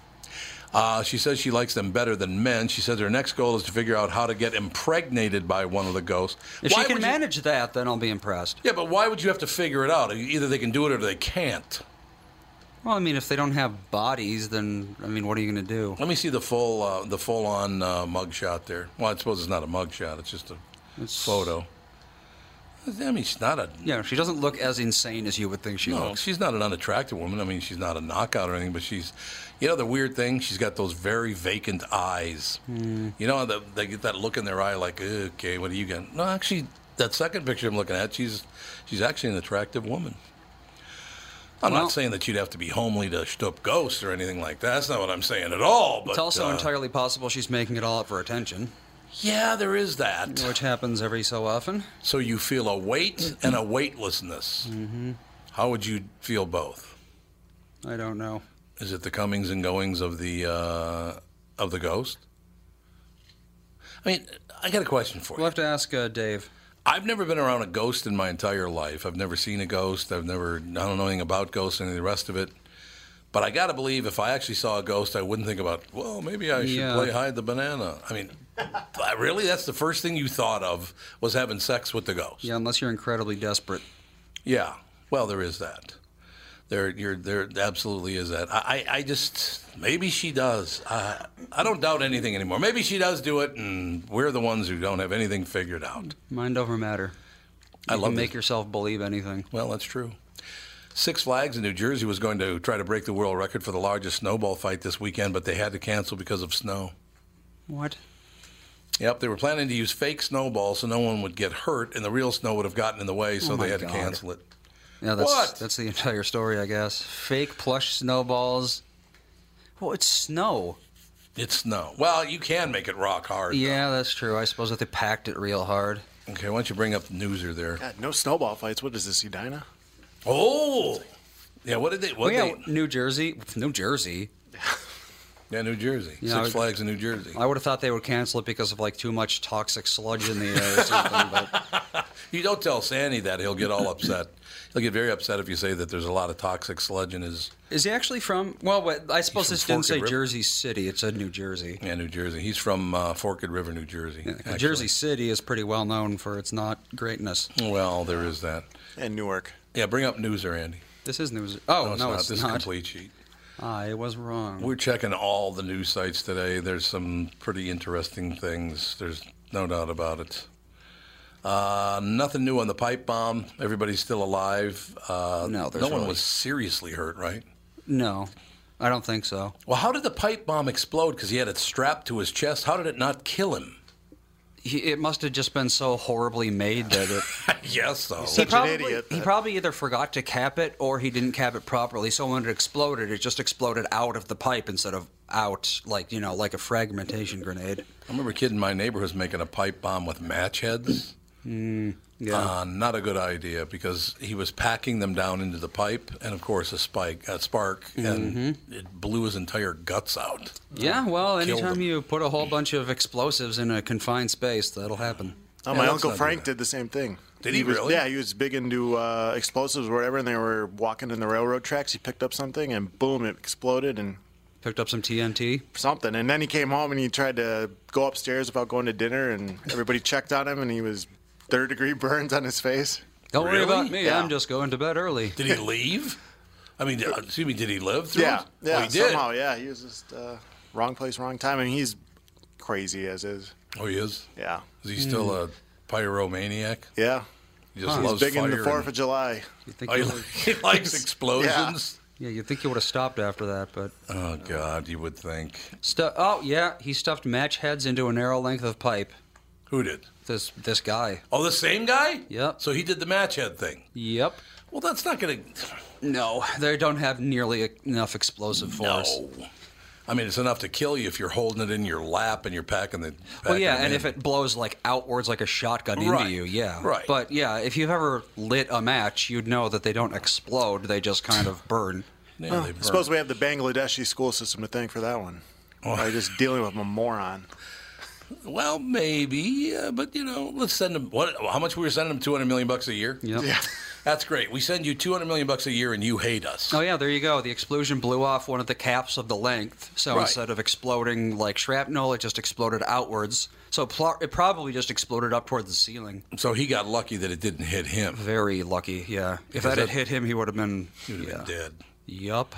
Speaker 1: Uh, she says she likes them better than men. She says her next goal is to figure out how to get impregnated by one of the ghosts.
Speaker 3: If
Speaker 1: Why
Speaker 3: she can
Speaker 1: would you-
Speaker 3: manage that, then I'll be impressed.
Speaker 1: Yeah, but why would you have to figure it out? Either they can do it or they can't.
Speaker 3: Well, I mean, if they don't have bodies, then I mean, what are you going to do?
Speaker 1: Let me see the full uh, the full on uh, mug shot there. Well, I suppose it's not a mug shot; it's just a photo. I mean, she's not a
Speaker 3: Yeah, she doesn't look as insane as you would think she
Speaker 1: no,
Speaker 3: looks.
Speaker 1: she's not an unattractive woman. I mean, she's not a knockout or anything, but she's you know the weird thing. She's got those very vacant eyes.
Speaker 3: Hmm.
Speaker 1: You know, the, they get that look in their eye, like okay, what do you got? No, actually, that second picture I'm looking at, she's she's actually an attractive woman. I'm
Speaker 3: Well-
Speaker 1: not saying that you'd have to be homely to stoop ghosts or anything like that. That's not what I'm saying at all. But
Speaker 3: It's also
Speaker 1: uh,
Speaker 3: entirely possible she's making it all up for attention,
Speaker 1: yeah, there is that.
Speaker 3: which happens every so often.
Speaker 1: So you feel a weight and a weightlessness.
Speaker 3: Mm-hmm.
Speaker 1: How would you feel both?
Speaker 3: I don't know.
Speaker 1: Is it the comings and goings of the uh, of the ghost? I mean, I got a question for
Speaker 3: We'll
Speaker 1: you.
Speaker 3: have to ask uh, Dave.
Speaker 1: I've never been around a ghost in my entire life. I've never seen a ghost. I've never I don't know anything about ghosts and any of the rest of it. But I got to believe if I actually saw a ghost, I wouldn't think about, well, maybe I should
Speaker 3: Yeah.
Speaker 1: play hide the banana. I mean, [LAUGHS] really, that's the first thing you thought of was having sex with the ghost.
Speaker 3: Yeah, unless you're incredibly desperate.
Speaker 1: Yeah. Well, there is that. There, you're, there absolutely is that. I, I, I just maybe she does. I, I don't doubt anything anymore. Maybe she does do it, and we're the ones who don't have anything figured out.
Speaker 3: Mind over matter.
Speaker 1: I
Speaker 3: You
Speaker 1: love
Speaker 3: can
Speaker 1: this.
Speaker 3: make yourself believe anything.
Speaker 1: Well, that's true. Six Flags in New Jersey was going to try to break the world record for the largest snowball fight this weekend, but they had to cancel because of snow.
Speaker 3: What?
Speaker 1: Yep, they were planning to use fake snowballs so no one would get hurt, and the real snow would have gotten in the way, so
Speaker 3: Oh,
Speaker 1: they
Speaker 3: my
Speaker 1: had
Speaker 3: God.
Speaker 1: to cancel it.
Speaker 3: Yeah, that's
Speaker 1: What?
Speaker 3: that's the entire story, I guess. Fake plush snowballs. Well, it's snow.
Speaker 1: It's snow. Well, you can make it rock hard. though.
Speaker 3: Yeah, that's true. I suppose that they packed it real hard.
Speaker 1: Okay, why don't you bring up Newser there?
Speaker 8: God, no snowball fights. What is this, Edina?
Speaker 1: Oh, yeah. What did they?
Speaker 3: Oh
Speaker 1: What
Speaker 3: yeah,
Speaker 1: they?
Speaker 3: New Jersey. New Jersey.
Speaker 1: Yeah, New Jersey.
Speaker 3: Yeah, I
Speaker 1: Six
Speaker 3: would-
Speaker 1: Flags in New Jersey.
Speaker 3: I would have thought they would cancel it because of like too much toxic sludge in the air or something. But
Speaker 1: You don't tell Sandy that; he'll get all upset. [LAUGHS] he'll get very upset if you say that there's a lot of toxic sludge in his
Speaker 3: [LAUGHS] is he actually from? Well, wait, I suppose
Speaker 1: from
Speaker 3: this didn't
Speaker 1: Forked
Speaker 3: say
Speaker 1: River.
Speaker 3: Jersey City. It said New Jersey.
Speaker 1: yeah, New Jersey. He's from uh, Forked River, New Jersey. actually.
Speaker 3: Jersey City is pretty well known for its not greatness.
Speaker 1: Well, there is that.
Speaker 8: And Newark.
Speaker 1: Yeah, bring up Newser, Andy.
Speaker 3: This is news. Oh no,
Speaker 1: it's not.
Speaker 3: it's
Speaker 1: this is
Speaker 3: not.
Speaker 1: complete sheet.
Speaker 3: I was wrong.
Speaker 1: We're checking all the news sites today. There's some pretty interesting things. There's no doubt about it. Uh, nothing new on the pipe bomb. Everybody's still alive. Uh,
Speaker 3: No, there's
Speaker 1: no one
Speaker 3: really-
Speaker 1: was seriously hurt, right?
Speaker 3: no, I don't think so.
Speaker 1: Well, how did the pipe bomb explode? Because he had it strapped to his chest. How did it not kill him? [LAUGHS]
Speaker 3: He, it must have just been so horribly made that it. [LAUGHS]
Speaker 1: yes, oh. so.
Speaker 8: Such an
Speaker 3: probably,
Speaker 8: idiot,
Speaker 3: He
Speaker 8: that-
Speaker 3: probably either forgot to cap it or he didn't cap it properly. So when it exploded, it just exploded out of the pipe instead of out, like, you know, like a fragmentation grenade.
Speaker 1: I remember a kid in my neighborhood was making a pipe bomb with match heads.
Speaker 3: Mm, Yeah.
Speaker 1: Uh, not a good idea because he was packing them down into the pipe, and of course a spike, a spark, and
Speaker 3: Mm-hmm.
Speaker 1: it blew his entire guts out.
Speaker 3: yeah, well,
Speaker 1: Killed
Speaker 3: anytime
Speaker 1: him.
Speaker 3: you put a whole bunch of explosives in a confined space, that'll happen.
Speaker 8: Oh,
Speaker 1: Yeah,
Speaker 8: my
Speaker 1: let's
Speaker 8: uncle
Speaker 1: not do
Speaker 8: Frank
Speaker 1: that.
Speaker 8: did the same thing.
Speaker 1: Did he
Speaker 8: was,
Speaker 1: really?
Speaker 8: Yeah, he was big into uh, explosives or whatever, and they were walking in the railroad tracks. He picked up something, and boom, it exploded and
Speaker 3: Picked up some TNT.
Speaker 8: something. And then he came home and he tried to go upstairs without going to dinner, and everybody checked on him, and he was third degree burns on his face.
Speaker 3: Don't worry
Speaker 1: Really?
Speaker 3: about me.
Speaker 8: Yeah.
Speaker 3: I'm just going to bed early. [LAUGHS]
Speaker 1: Did he leave? I mean, uh, excuse me, did he live through
Speaker 8: Yeah,
Speaker 1: it?
Speaker 8: yeah,
Speaker 1: oh, he did.
Speaker 8: somehow, yeah, he was just uh, wrong place, wrong time, and he's crazy as is.
Speaker 1: Oh, he is.
Speaker 8: Yeah,
Speaker 1: Is he still
Speaker 3: Mm.
Speaker 1: a pyromaniac?
Speaker 8: yeah,
Speaker 1: He just
Speaker 8: he's
Speaker 1: loves
Speaker 8: big
Speaker 1: fire.
Speaker 8: in the Fourth of
Speaker 1: and-
Speaker 8: July.
Speaker 3: You think
Speaker 1: Oh,
Speaker 3: you
Speaker 1: he,
Speaker 3: would-
Speaker 1: [LAUGHS] he likes explosions.
Speaker 3: yeah, you'd think you would have stopped after that, but.
Speaker 1: Oh God, you would think.
Speaker 3: Stu- oh, yeah, he stuffed match heads into an arrow length of pipe.
Speaker 1: Who did?
Speaker 3: This this guy.
Speaker 1: Oh, the same guy?
Speaker 3: Yep.
Speaker 1: So he did the match head thing.
Speaker 3: Yep.
Speaker 1: Well, that's not going to.
Speaker 3: No, they don't have nearly e, enough explosive force.
Speaker 1: No. I mean, it's enough to kill you if you're holding it in your lap and you're packing the.
Speaker 3: Well, yeah,
Speaker 1: packing
Speaker 3: and
Speaker 1: in.
Speaker 3: if it blows like outwards like a shotgun
Speaker 1: Right.
Speaker 3: into you, yeah.
Speaker 1: Right.
Speaker 3: But yeah, if you've ever lit a match, you'd know that they don't explode; they just kind of burn.
Speaker 1: Yeah, they burn.
Speaker 8: I suppose we have the Bangladeshi school system to thank for that one.
Speaker 1: Oh.
Speaker 8: By just dealing with a moron.
Speaker 1: Well, maybe, uh, but you know, let's send them. What? How much we were sending them? Two hundred million bucks a year.
Speaker 3: Yep.
Speaker 8: Yeah.
Speaker 1: That's great. We send you two hundred million bucks a year, and you hate us.
Speaker 3: Oh yeah, there you go. The explosion blew off one of the caps of the length, so
Speaker 1: Right.
Speaker 3: instead of exploding like shrapnel, it just exploded outwards. So pl- it probably just exploded up towards the ceiling.
Speaker 1: So he got lucky that it didn't hit him.
Speaker 3: Very lucky, yeah. If that had
Speaker 1: that-
Speaker 3: hit him, he would have been.
Speaker 1: He would have
Speaker 3: yeah.
Speaker 1: been dead.
Speaker 3: Yup.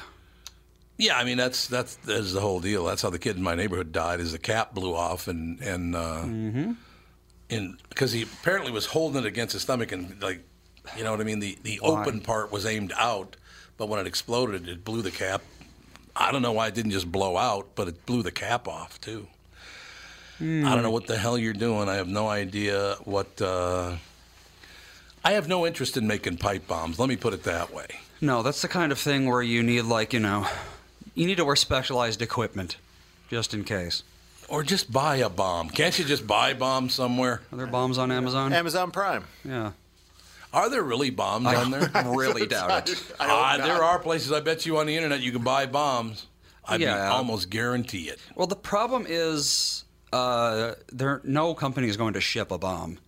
Speaker 1: Yeah, I mean that's that's that's the whole deal. That's how the kid in my neighborhood died. Is the cap blew off and and uh, and because he apparently was holding it against his stomach and like, you know what I mean. The the open part was aimed out, but when it exploded, it blew the cap. I don't know why it didn't just blow out, but it blew the cap off too. I don't know what the hell you're doing. I have no idea what. Uh, I have no interest in making pipe bombs. Let me put it that way.
Speaker 3: No, that's the kind of thing where you need like you know, you need to wear specialized equipment, just in case.
Speaker 1: Or just buy a bomb. Can't you just buy bombs somewhere?
Speaker 3: Are there bombs on Amazon?
Speaker 8: Amazon Prime.
Speaker 1: [LAUGHS]
Speaker 3: yeah.
Speaker 1: Are there really bombs on there?
Speaker 3: [LAUGHS] really doubt it.
Speaker 8: [LAUGHS] I hope
Speaker 1: Ah, there
Speaker 8: not.
Speaker 1: are places I bet you on the internet you can buy bombs. I would
Speaker 3: Yeah.
Speaker 1: almost guarantee it.
Speaker 3: Well, the problem is uh, there no company is going to ship a bomb.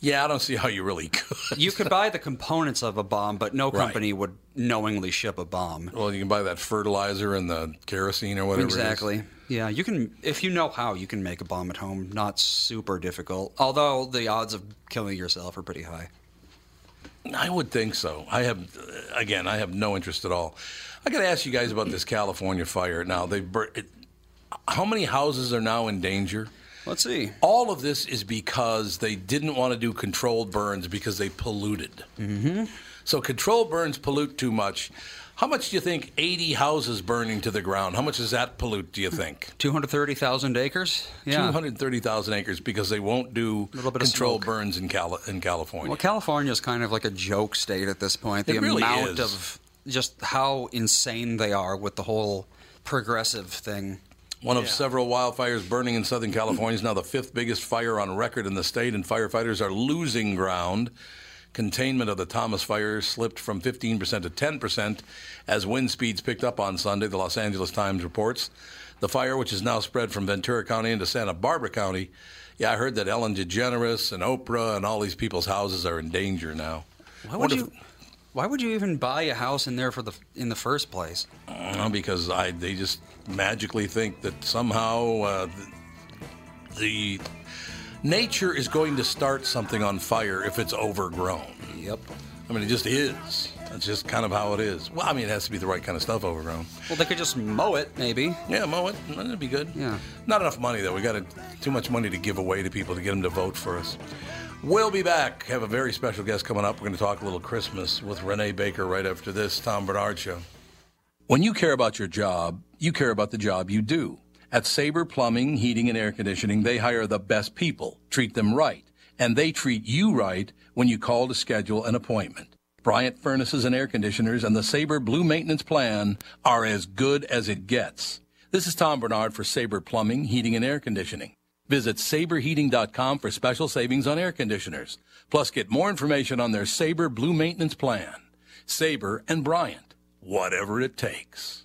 Speaker 1: Yeah, I don't see how you really [LAUGHS] could.
Speaker 3: You could buy the components of a bomb, but no
Speaker 1: Right.
Speaker 3: company would knowingly ship a bomb.
Speaker 1: Well, you can buy that fertilizer and the kerosene or whatever. it is.
Speaker 3: Exactly. Yeah, you can if you know how you can make a bomb at home. Not super difficult, although the odds of killing yourself are pretty high.
Speaker 1: I would think so. I have, again, I have no interest at all. I got to ask you guys about this California fire. Now they, bur- it, how many houses are now in danger?
Speaker 3: Let's see.
Speaker 1: All of this is because they didn't want to do controlled burns because they polluted. Mm-hmm. So controlled burns pollute too much. How much do you think 80 houses burning to the ground? How much does that pollute? Do you think?
Speaker 3: Two hundred thirty thousand acres. Yeah.
Speaker 1: 230,000 acres because they won't do
Speaker 3: Little bit of
Speaker 1: controlled
Speaker 3: smoke.
Speaker 1: burns in, Cali- in California.
Speaker 3: Well, California is kind of like a joke state at this point.
Speaker 1: It
Speaker 3: The
Speaker 1: really
Speaker 3: amount
Speaker 1: is.
Speaker 3: of just how insane they are with the whole progressive thing.
Speaker 1: One of several wildfires burning in Southern California is now the fifth biggest fire on record in the state, and firefighters are losing ground. Containment of the Thomas fire slipped from 15% to 10% as wind speeds picked up on Sunday, the Los Angeles Times reports. The fire, which has now spread from Ventura County into Santa Barbara County, yeah, I heard that Ellen DeGeneres and Oprah and all these people's houses are in danger now.
Speaker 3: Why
Speaker 1: What
Speaker 3: would
Speaker 1: if-
Speaker 3: you? Why would you even buy a house in there for the in the first place?
Speaker 1: Uh, because I, they just magically think that somehow uh, th- the, nature is going to start something on fire if it's overgrown.
Speaker 3: Yep.
Speaker 1: I mean, it just is. That's just kind of how it is. Well, I mean, it has to be the right kind of stuff overgrown.
Speaker 3: Well, they could just mow it, maybe.
Speaker 1: Yeah, mow it. That'd be good.
Speaker 3: Yeah.
Speaker 1: Not enough money though. We got too much money to give away to people to get them to vote for us. We'll be back. Have a very special guest coming up. We're going to talk a little Christmas with Renee Baker right after this Tom Bernard show. When you care about your job, you care about the job you do. At Sabre Plumbing, Heating, and Air Conditioning, they hire the best people, treat them right, and they treat you right when you call to schedule an appointment. Bryant Furnaces and Air Conditioners and the Sabre Blue Maintenance Plan are as good as it gets. This is Tom Bernard for Sabre Plumbing, Heating, and Air Conditioning. Visit saberheating.com for special savings on air conditioners. Plus, get more information on their Sabre Blue Maintenance Plan. Sabre and Bryant, whatever it takes.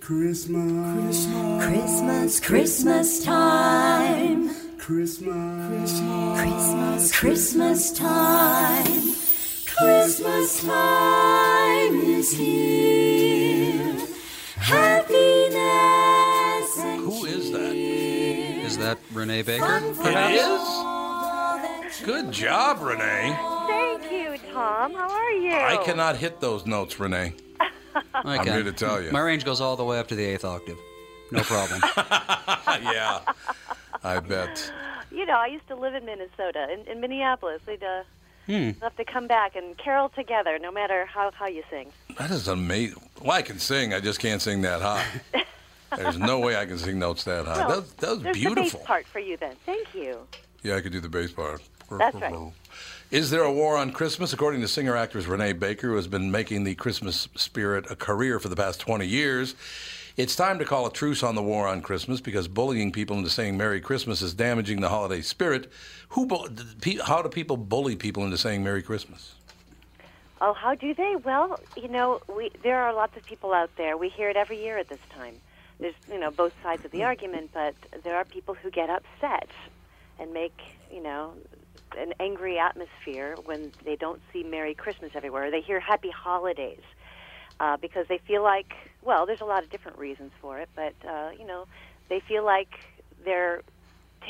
Speaker 9: Christmas.
Speaker 7: Christmas, Christmas time.
Speaker 9: Christmas.
Speaker 7: Christmas, Christmas time. Christmas time is here. Happiness and
Speaker 4: Who is that?
Speaker 3: Is that Renee Baker?
Speaker 4: It is.
Speaker 1: Good job, Renee.
Speaker 10: Thank you, Tom. How are you?
Speaker 1: I cannot hit those notes, Renee.
Speaker 3: I
Speaker 1: I'm here to tell you.
Speaker 3: My range goes all the way up to the eighth octave. No
Speaker 1: [LAUGHS]
Speaker 3: problem.
Speaker 1: yeah, I bet.
Speaker 10: You know, I used to live in Minnesota, in, in Minneapolis. We'd uh,
Speaker 1: Hmm.
Speaker 10: love to come back and carol together, no matter how how you sing.
Speaker 1: That is amazing. Well, I can sing. I just can't sing that high. There's no way I can sing notes that high.
Speaker 10: Well,
Speaker 1: Uh, that, that was
Speaker 10: there's the
Speaker 1: beautiful.
Speaker 10: bass part for you then. Thank you.
Speaker 1: Yeah, I could do the bass part.
Speaker 10: That's right.
Speaker 1: Is there a war on Christmas? According to singer actress Renee Baker, who has been making the Christmas spirit a career for the past 20 years, it's time to call a truce on the war on Christmas because bullying people into saying Merry Christmas is damaging the holiday spirit. Who, bu- pe- how do people bully people into saying Merry Christmas?
Speaker 10: Oh, how do they? Well, you know, we there are lots of people out there. We hear it every year at this time. There's, you know, both sides of the argument, but there are people who get upset and make, you know, an angry atmosphere when they don't see Merry Christmas everywhere. They hear Happy Holidays uh, because they feel like, well, there's a lot of different reasons for it, but uh, you know, they feel like they're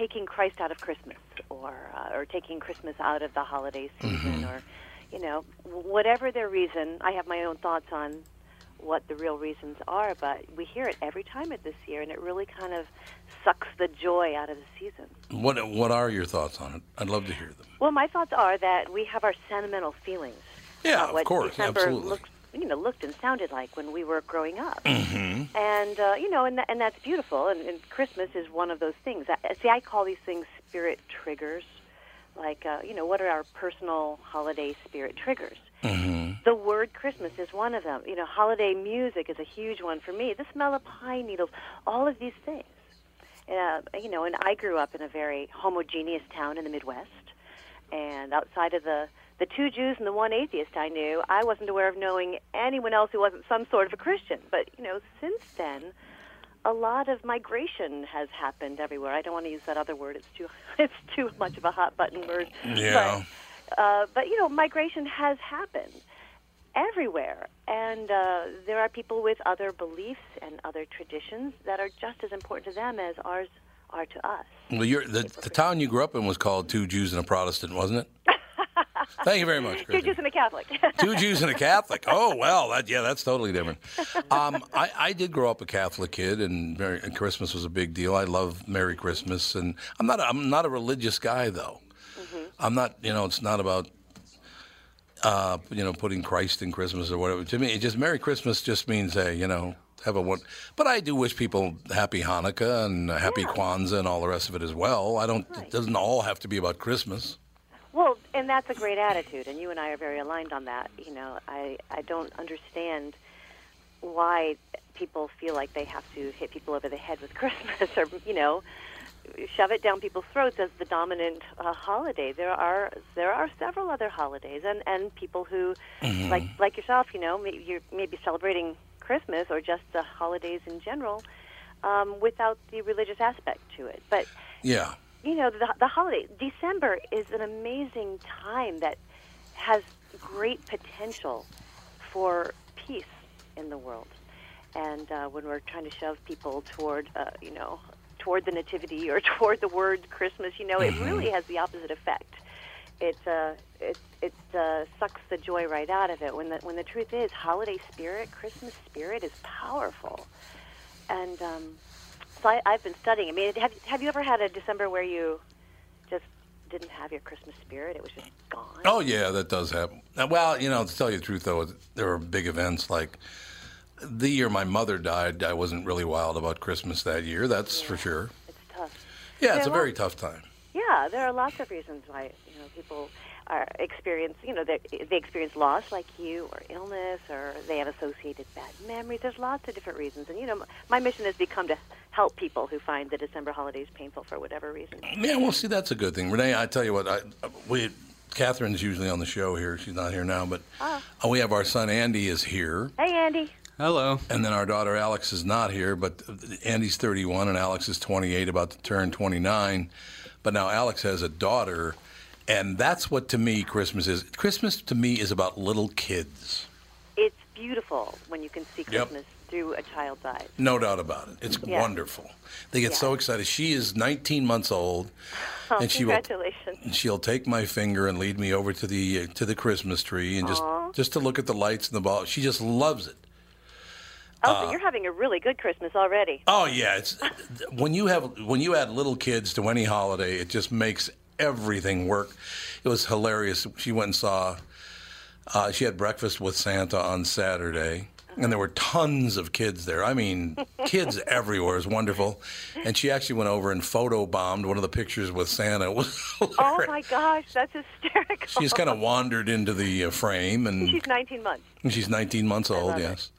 Speaker 10: taking Christ out of Christmas, or uh, or taking Christmas out of the holiday season, or you know, whatever their reason. I have my own thoughts on what the real reasons are, but we hear it every time at this year, and it really kind of sucks the joy out of the season.
Speaker 1: What, what are your thoughts on it? I'd love to hear them.
Speaker 10: Well, my thoughts are that we have our sentimental feelings.
Speaker 1: Yeah,
Speaker 10: about
Speaker 1: of
Speaker 10: what
Speaker 1: course,
Speaker 10: December
Speaker 1: absolutely. Mm-hmm.
Speaker 10: Looked, you know, looked and sounded like when we were growing up, and uh, you know, and tha- and that's beautiful. And, and Christmas is one of those things. I, see, I call these things spirit triggers. Like, uh, you know, what are our personal holiday spirit triggers? The word Christmas is one of them. You know, holiday music is a huge one for me. The smell of pine needles, all of these things. Uh, you know, and I grew up in a very homogeneous town in the Midwest, and outside of the the two Jews and the one atheist I knew, I wasn't aware of knowing anyone else who wasn't some sort of a Christian. But you know, since then, a lot of migration has happened everywhere. I don't want to use that other word; it's too [LAUGHS] it's too much of a hot button word.
Speaker 1: Yeah.
Speaker 10: But, uh, but you know, migration has happened everywhere, and uh, there are people with other beliefs and other traditions that are just as important to them as ours are to us.
Speaker 1: Well, you're, the, the town you grew up in was called Two Jews and a Protestant, wasn't it? Thank you very much.
Speaker 10: You're
Speaker 1: Chrissy.
Speaker 10: just a Catholic. [LAUGHS]
Speaker 1: Two Jews and a Catholic. Oh well, that yeah, that's totally different. Um, I, I did grow up a Catholic kid, and, Merry, and Christmas was a big deal. I love Merry Christmas, and I'm not I'm not a religious guy though. I'm not you know it's not about uh, you know putting Christ in Christmas or whatever. To me, it just Merry Christmas just means hey you know have a one. But I do wish people happy Hanukkah and happy Kwanzaa and all the rest of it as well. I don't. It doesn't all have to be about Christmas.
Speaker 10: Well, and that's a great attitude, and you and I are very aligned on that. You know, I, I don't understand why people feel like they have to hit people over the head with [LAUGHS] Christmas or, you know, shove it down people's throats as the dominant uh, holiday. There are there are several other holidays, and, and people who, like like yourself, you know, maybe you're maybe celebrating Christmas or just the holidays in general um, without the religious aspect to it. But
Speaker 1: Yeah.
Speaker 10: you know the, the holiday december is an amazing time that has great potential for peace in the world and uh, when we're trying to shove people toward uh, you know toward the nativity or [LAUGHS] toward the word christmas you know it really has the opposite effect it uh, it it uh, sucks the joy right out of it when the when the truth is holiday spirit christmas spirit is powerful and um, so I, I've been studying. I mean, have have you ever had a December where you just didn't have your Christmas spirit? It was just gone.
Speaker 1: Oh yeah, that does happen. Uh, Well, you know, to tell you the truth though, there were big events like the year my mother died. I wasn't really wild about Christmas that year. That's for sure.
Speaker 10: It's tough.
Speaker 1: Yeah, it's
Speaker 10: Yeah,
Speaker 1: a very
Speaker 10: well-
Speaker 1: tough time.
Speaker 10: Yeah, there are lots of reasons why you know people are experience you know they they experience loss like you or illness or they have associated bad memories. There's lots of different reasons, and you know m- my mission has become to help people who find the December holidays painful for whatever reason.
Speaker 1: Yeah, well, see, that's a good thing, Renee. I tell you what, I, we Catherine's usually on the show here. She's not here now, but
Speaker 10: Oh.
Speaker 1: uh, we have our son Andy is here.
Speaker 10: Hey, Andy.
Speaker 1: Hello. And then our daughter Alex is not here, but Andy's 31 and Alex is 28, about to turn 29. But now Alex has a daughter, and that's what to me Christmas is. Christmas to me is about little kids.
Speaker 10: It's beautiful when you can see
Speaker 1: Yep.
Speaker 10: Christmas through a child's eyes.
Speaker 1: No doubt about it. It's
Speaker 10: Yeah.
Speaker 1: wonderful. They get
Speaker 10: Yeah.
Speaker 1: so excited. She is 19 months old,
Speaker 10: Oh,
Speaker 1: and she will
Speaker 10: congratulations.
Speaker 1: And she'll take my finger and lead me over to the uh, to the Christmas tree and just
Speaker 10: Aw.
Speaker 1: just to look at the lights and the ball. She just loves it.
Speaker 10: Oh,
Speaker 1: Uh,
Speaker 10: so you're having a really good Christmas already.
Speaker 1: Oh yeah, it's when you have when you add little kids to any holiday, it just makes everything work. It was hilarious. She went and saw. Uh, she had breakfast with Santa on Saturday, and there were tons of kids there. I mean, kids [LAUGHS] everywhere. It was wonderful, and she actually went over and photo bombed one of the pictures with Santa. [LAUGHS] It was
Speaker 10: Oh my gosh, that's hysterical.
Speaker 1: She's kind of wandered into the uh, frame, and
Speaker 10: She's 19 months.
Speaker 1: [LAUGHS] she's 19 months old,
Speaker 10: love it.
Speaker 1: yes.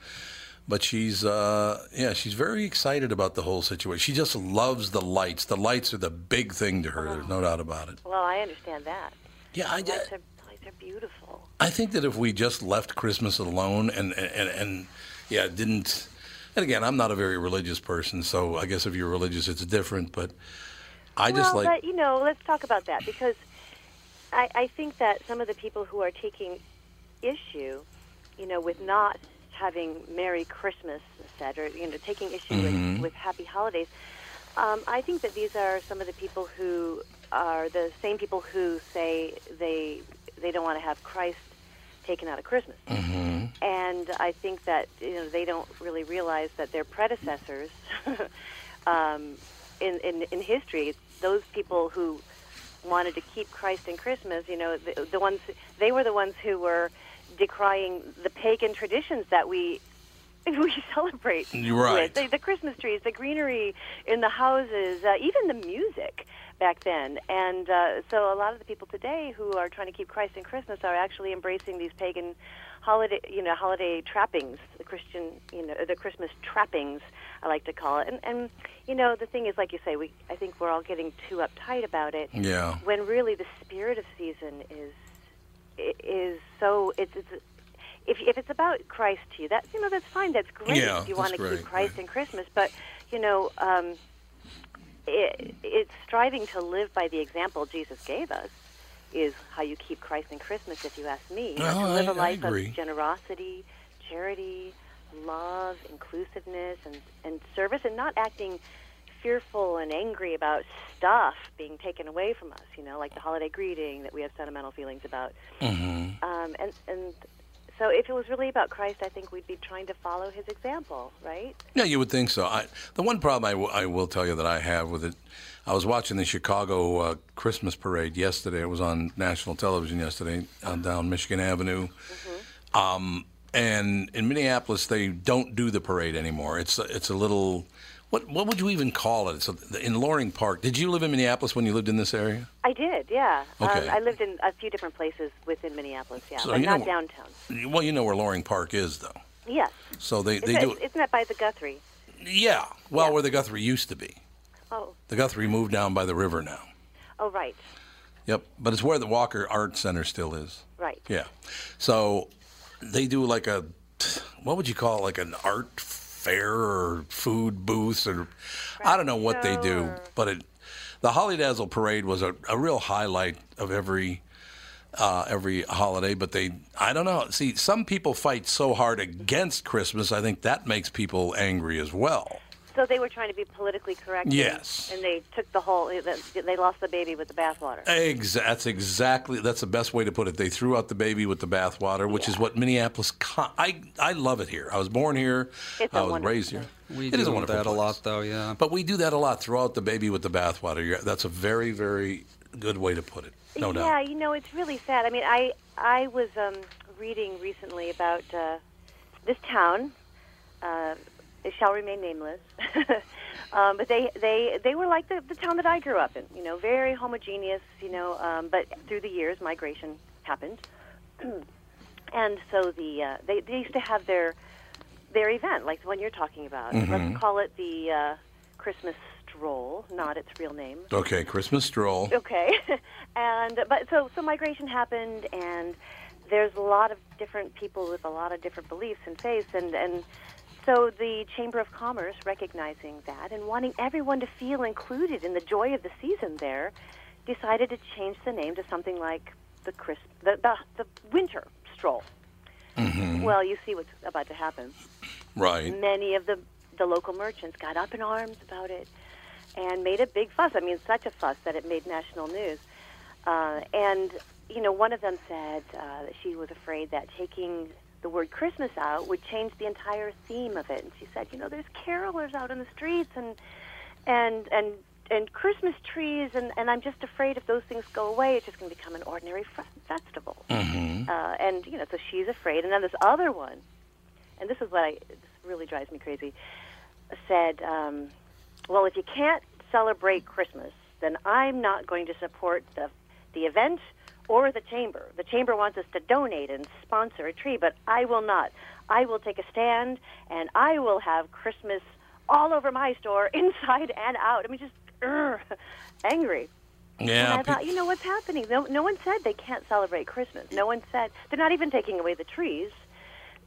Speaker 1: But she's, uh, yeah, she's very excited about the whole situation. She just loves the lights. The lights are the big thing to her. There's no doubt about it.
Speaker 10: Well, I understand that.
Speaker 1: Yeah, I
Speaker 10: lights are, lights are beautiful.
Speaker 1: I think that if we just left Christmas alone and and, and yeah, didn't. And again, I'm not a very religious person, so I guess if you're religious, it's different. But I just
Speaker 10: well,
Speaker 1: like
Speaker 10: but, you know, let's talk about that because I, I think that some of the people who are taking issue, you know, with not having Merry Christmas said or you know taking issue
Speaker 11: Mhm.
Speaker 1: Mm-hmm.
Speaker 10: with, with Happy Holidays, um, I think that these are some of the people who are the same people who say they they don't want to have Christ taken out of Christmas. And I think that you know they don't really realize that their predecessors [LAUGHS] um, in, in in history, those people who wanted to keep Christ in Christmas, you know, the, the ones they were the ones who were decrying the pagan traditions that we [LAUGHS] we celebrate.
Speaker 1: You're right.
Speaker 10: with. The, the Christmas trees, the greenery in the houses, uh, even the music back then. And uh, so a lot of the people today who are trying to keep Christ in Christmas are actually embracing these pagan holiday, you know, holiday trappings, the Christian, you know, the Christmas trappings, I like to call it. And and you know, the thing is like you say, we I think we're all getting too uptight about it.
Speaker 1: Yeah.
Speaker 10: When really the spirit of season is i- is so it's it's if, if it's about Christ to you, that you know that's fine. That's great.
Speaker 12: Yeah,
Speaker 10: you want
Speaker 12: that's
Speaker 10: to
Speaker 12: great,
Speaker 10: keep Christ in Christmas, but you know, um, it, it's striving to live by the example Jesus gave us is how you keep Christ in Christmas. If you ask me,
Speaker 1: No,
Speaker 10: to live
Speaker 1: Oh, I-
Speaker 10: a
Speaker 1: I
Speaker 10: life
Speaker 1: agree.
Speaker 10: of generosity, charity, love, inclusiveness, and and service, and not acting fearful and angry about stuff being taken away from us. You know, like the holiday greeting that we have sentimental feelings about.
Speaker 1: Mm-hmm.
Speaker 10: Um, and, and so if it was really about Christ, I think we'd be trying to follow his example, right?
Speaker 1: Yeah, you would think so. I, the one problem I, w- I will tell you that I have with it, I was watching the Chicago uh, Christmas parade yesterday. It was on national television yesterday on down Michigan Avenue. Um, and in Minneapolis, they don't do the parade anymore. It's a, it's a little, what what would you even call it? So in Loring Park, did you live in Minneapolis when you lived in this area?
Speaker 10: I did, yeah.
Speaker 1: Okay.
Speaker 10: Um, I lived in a few different places within Minneapolis, yeah,
Speaker 1: So
Speaker 10: but
Speaker 1: you
Speaker 10: not
Speaker 1: know-
Speaker 10: downtown.
Speaker 1: Well, you know where Loring Park is, though.
Speaker 10: Yes.
Speaker 1: So they,
Speaker 10: Isn't
Speaker 1: they
Speaker 10: that-
Speaker 1: do it.
Speaker 10: Isn't that by the Guthrie?
Speaker 1: Yeah, well, where the Guthrie used to be.
Speaker 10: Oh,
Speaker 1: The Guthrie moved down by the river now.
Speaker 10: oh, right,
Speaker 1: Yep, but it's where the Walker Art Center still is.
Speaker 10: right.
Speaker 1: Yeah. So they do like a what would you call it, like an art fair or food booths or I don't know what they do, but it the Holly Dazzle parade was a, a real highlight of every uh, every holiday, but they I don't know. See, some people fight so hard against Christmas, I think that makes people angry as well.
Speaker 10: So they were trying to be politically correct.
Speaker 1: Yes.
Speaker 10: And they took the whole, they lost the baby with the bathwater.
Speaker 1: Ex- that's exactly that's the best way to put it. They threw out the baby with the bathwater, which is what Minneapolis. Con- I I love it here. I was born here.
Speaker 3: It's a
Speaker 1: I was
Speaker 3: wonderful
Speaker 1: raised here.
Speaker 3: We
Speaker 1: It
Speaker 3: do
Speaker 1: is a wonderful
Speaker 3: that a
Speaker 1: place.
Speaker 3: lot, though. Yeah.
Speaker 1: But we do that a lot. Throw out the baby with the bathwater. You're- That's a very very good way to put it. No doubt.
Speaker 10: Yeah, you know, it's really sad. I mean, I I was um, reading recently about uh, this town. Uh, It shall remain nameless. [LAUGHS] um, but they, they, they were like the, the town that I grew up in, you know, very homogeneous, you know, um, but through the years, migration happened. [CLEARS THROAT] and so the, uh, they, they used to have their, their event, like the one you're talking about.
Speaker 1: Mhm.
Speaker 10: Let's call it the uh, Christmas Stroll, not its real name.
Speaker 1: Okay, Christmas stroll.
Speaker 10: Okay, [LAUGHS] and but so so migration happened, and there's a lot of different people with a lot of different beliefs and faiths, and and so the Chamber of Commerce recognizing that and wanting everyone to feel included in the joy of the season, there decided to change the name to something like the Chris the the, the Winter Stroll.
Speaker 1: Mhm.
Speaker 10: Well, you see what's about to happen
Speaker 1: Right.
Speaker 10: many of the the local merchants got up in arms about it and made a big fuss. I mean, such a fuss that it made national news. Uh, and you know, one of them said uh, that she was afraid that taking the word Christmas out would change the entire theme of it. And she said, you know, there's carolers out in the streets and and and and Christmas trees, and and I'm just afraid if those things go away, it's just going to become an ordinary f- festival. Uh, and you know, so she's afraid. And then this other one, and this is what I this really drives me crazy, said, um, "Well, if you can't celebrate Christmas, then I'm not going to support the the event or the chamber. The chamber wants us to donate and sponsor a tree, but I will not. I will take a stand, and I will have Christmas all over my store, [LAUGHS] inside and out. I mean, just urgh, angry." and
Speaker 1: Yeah.
Speaker 10: I thought, you know what's happening? No, no one said they can't celebrate Christmas. No one said they're not even taking away the trees.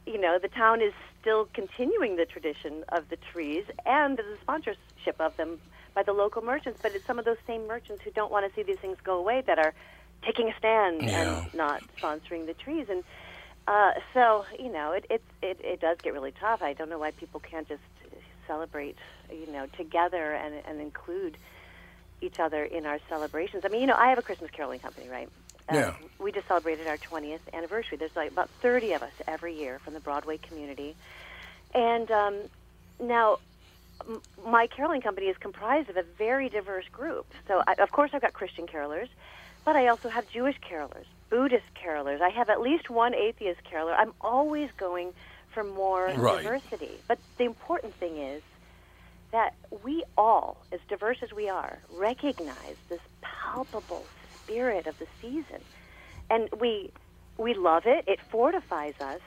Speaker 10: You know, the town is still continuing the tradition of the trees and the sponsorship of them by the local merchants. But it's some of those same merchants who don't want to see these things go away that are taking a stand
Speaker 1: Yeah.
Speaker 10: and not sponsoring the trees. And uh, so, you know, it, it it it does get really tough. I don't know why people can't just celebrate, you know, together and and include each other in our celebrations. I mean, you know, I have a Christmas caroling company, right? Um,
Speaker 1: Yeah.
Speaker 10: We just celebrated our 20th anniversary. There's like about 30 of us every year from the Broadway community. And um, now, m- my caroling company is comprised of a very diverse group. So, I, of course, I've got Christian carolers, but I also have Jewish carolers, Buddhist carolers. I have at least one atheist caroler. I'm always going for more
Speaker 11: Right.
Speaker 10: diversity. But the important thing is that we all, as diverse as we are, recognize this palpable spirit of the season, and we we love it. It fortifies us,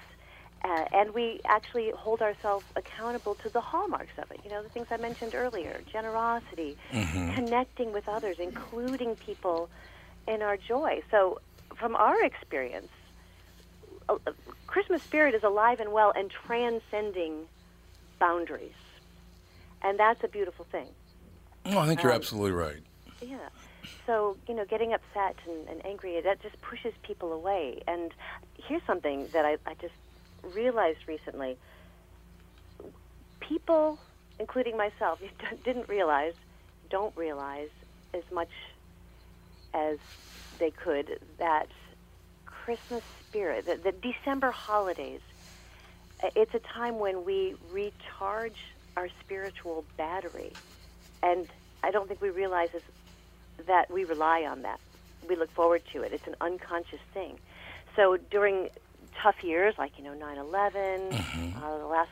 Speaker 10: uh, and we actually hold ourselves accountable to the hallmarks of it. You know, the things I mentioned earlier: generosity, connecting with others, including people in our joy. So, from our experience, uh, uh, Christmas spirit is alive and well and transcending boundaries. And that's a beautiful thing.
Speaker 1: No, I think you're
Speaker 10: Um,
Speaker 1: absolutely right.
Speaker 10: Yeah. So, you know, getting upset and, and angry, that just pushes people away. And here's something that I, I just realized recently people, including myself, [LAUGHS] didn't realize, don't realize as much as they could that Christmas spirit, the, the December holidays, uh, it's a time when we recharge our spiritual battery. And I don't think we realize is that we rely on that. We look forward to it. It's an unconscious thing. So during tough years, like, you know, 9 11, uh, the last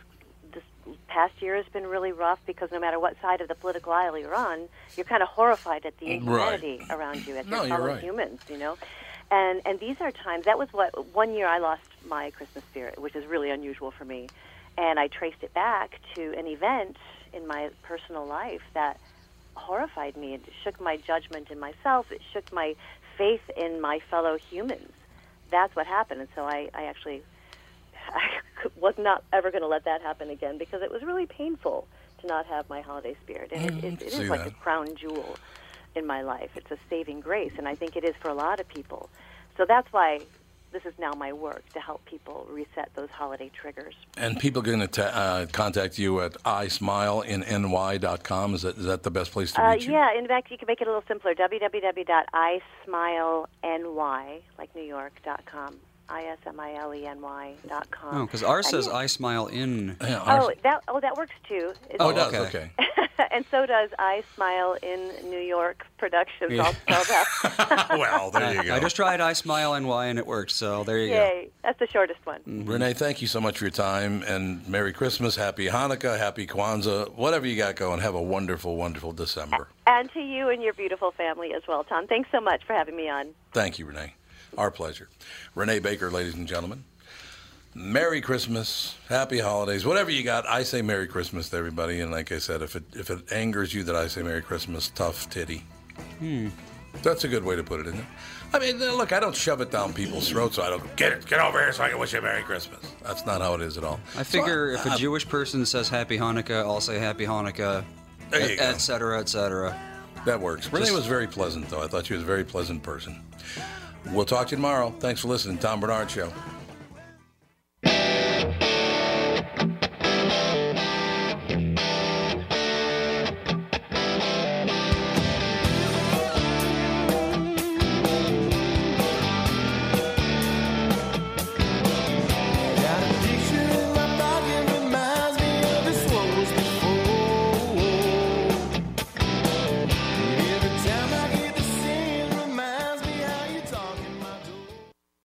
Speaker 10: this past year has been really rough because no matter what side of the political aisle you're on, you're kind of horrified at the
Speaker 11: Right.
Speaker 10: inhumanity around you, at
Speaker 11: No,
Speaker 10: your
Speaker 11: you're
Speaker 10: fellow
Speaker 11: right.
Speaker 10: humans, you know? And, and these are times, that was what, one year I lost my Christmas spirit, which is really unusual for me. And I traced it back to an event in my personal life that horrified me. It shook my judgment in myself. It shook my faith in my fellow humans. That's what happened. And so I, I actually [LAUGHS] I was not ever going to let that happen again because it was really painful to not have my holiday spirit. And it,
Speaker 1: Mm,
Speaker 10: it, it
Speaker 11: see
Speaker 10: is like
Speaker 11: that.
Speaker 10: a crown jewel in my life. It's a saving grace. And I think it is for a lot of people. So that's why this is now my work to help people reset those holiday triggers.
Speaker 1: And people going to ta- uh, contact you at ismileinny.com. Is that, is that the best place to
Speaker 10: Uh,
Speaker 1: reach you?
Speaker 10: yeah, in fact, you can make it a little simpler. www.ismileny, like New York, dot com. I-S-M-I-L-E-N-Y E dot com.
Speaker 3: Oh, because ours says I smile in.
Speaker 10: Oh, that, oh, that works too. It's-
Speaker 3: Oh, it does, okay.
Speaker 10: [LAUGHS] and so does I Smile in New York Productions.
Speaker 3: Yeah.
Speaker 10: All spelled out.
Speaker 1: [LAUGHS]
Speaker 3: [LAUGHS]
Speaker 1: well, there you go.
Speaker 3: I just tried I Smile NY and it worked, so there you go.
Speaker 10: Yay. That's the shortest one.
Speaker 3: Mm.
Speaker 1: Renee, thank you so much for your time and Merry Christmas, Happy Hanukkah, Happy Kwanzaa, whatever you got going. Have a wonderful, wonderful December.
Speaker 10: And to you and your beautiful family as well, Tom. Thanks so much for having me on.
Speaker 1: Thank you, Renee. Our pleasure. Renee Baker, ladies and gentlemen. Merry Christmas, Happy Holidays, whatever you got. I say Merry Christmas to everybody, and like I said, if it if it angers you that I say Merry Christmas, tough titty.
Speaker 11: Hmm.
Speaker 1: That's a good way to put it, isn't it? I mean, uh, look, I don't shove it down people's throats. So I don't get it. Get over here so I can wish you a Merry Christmas. That's not how it is at all.
Speaker 3: I figure if a Jewish person says Happy Hanukkah, I'll say Happy Hanukkah,
Speaker 1: There you
Speaker 3: et,
Speaker 1: go.
Speaker 3: et cetera, et cetera.
Speaker 1: That works. Renee was very pleasant, though. I thought she was a very pleasant person. We'll talk to you tomorrow. Thanks for listening. Tom Bernard Show.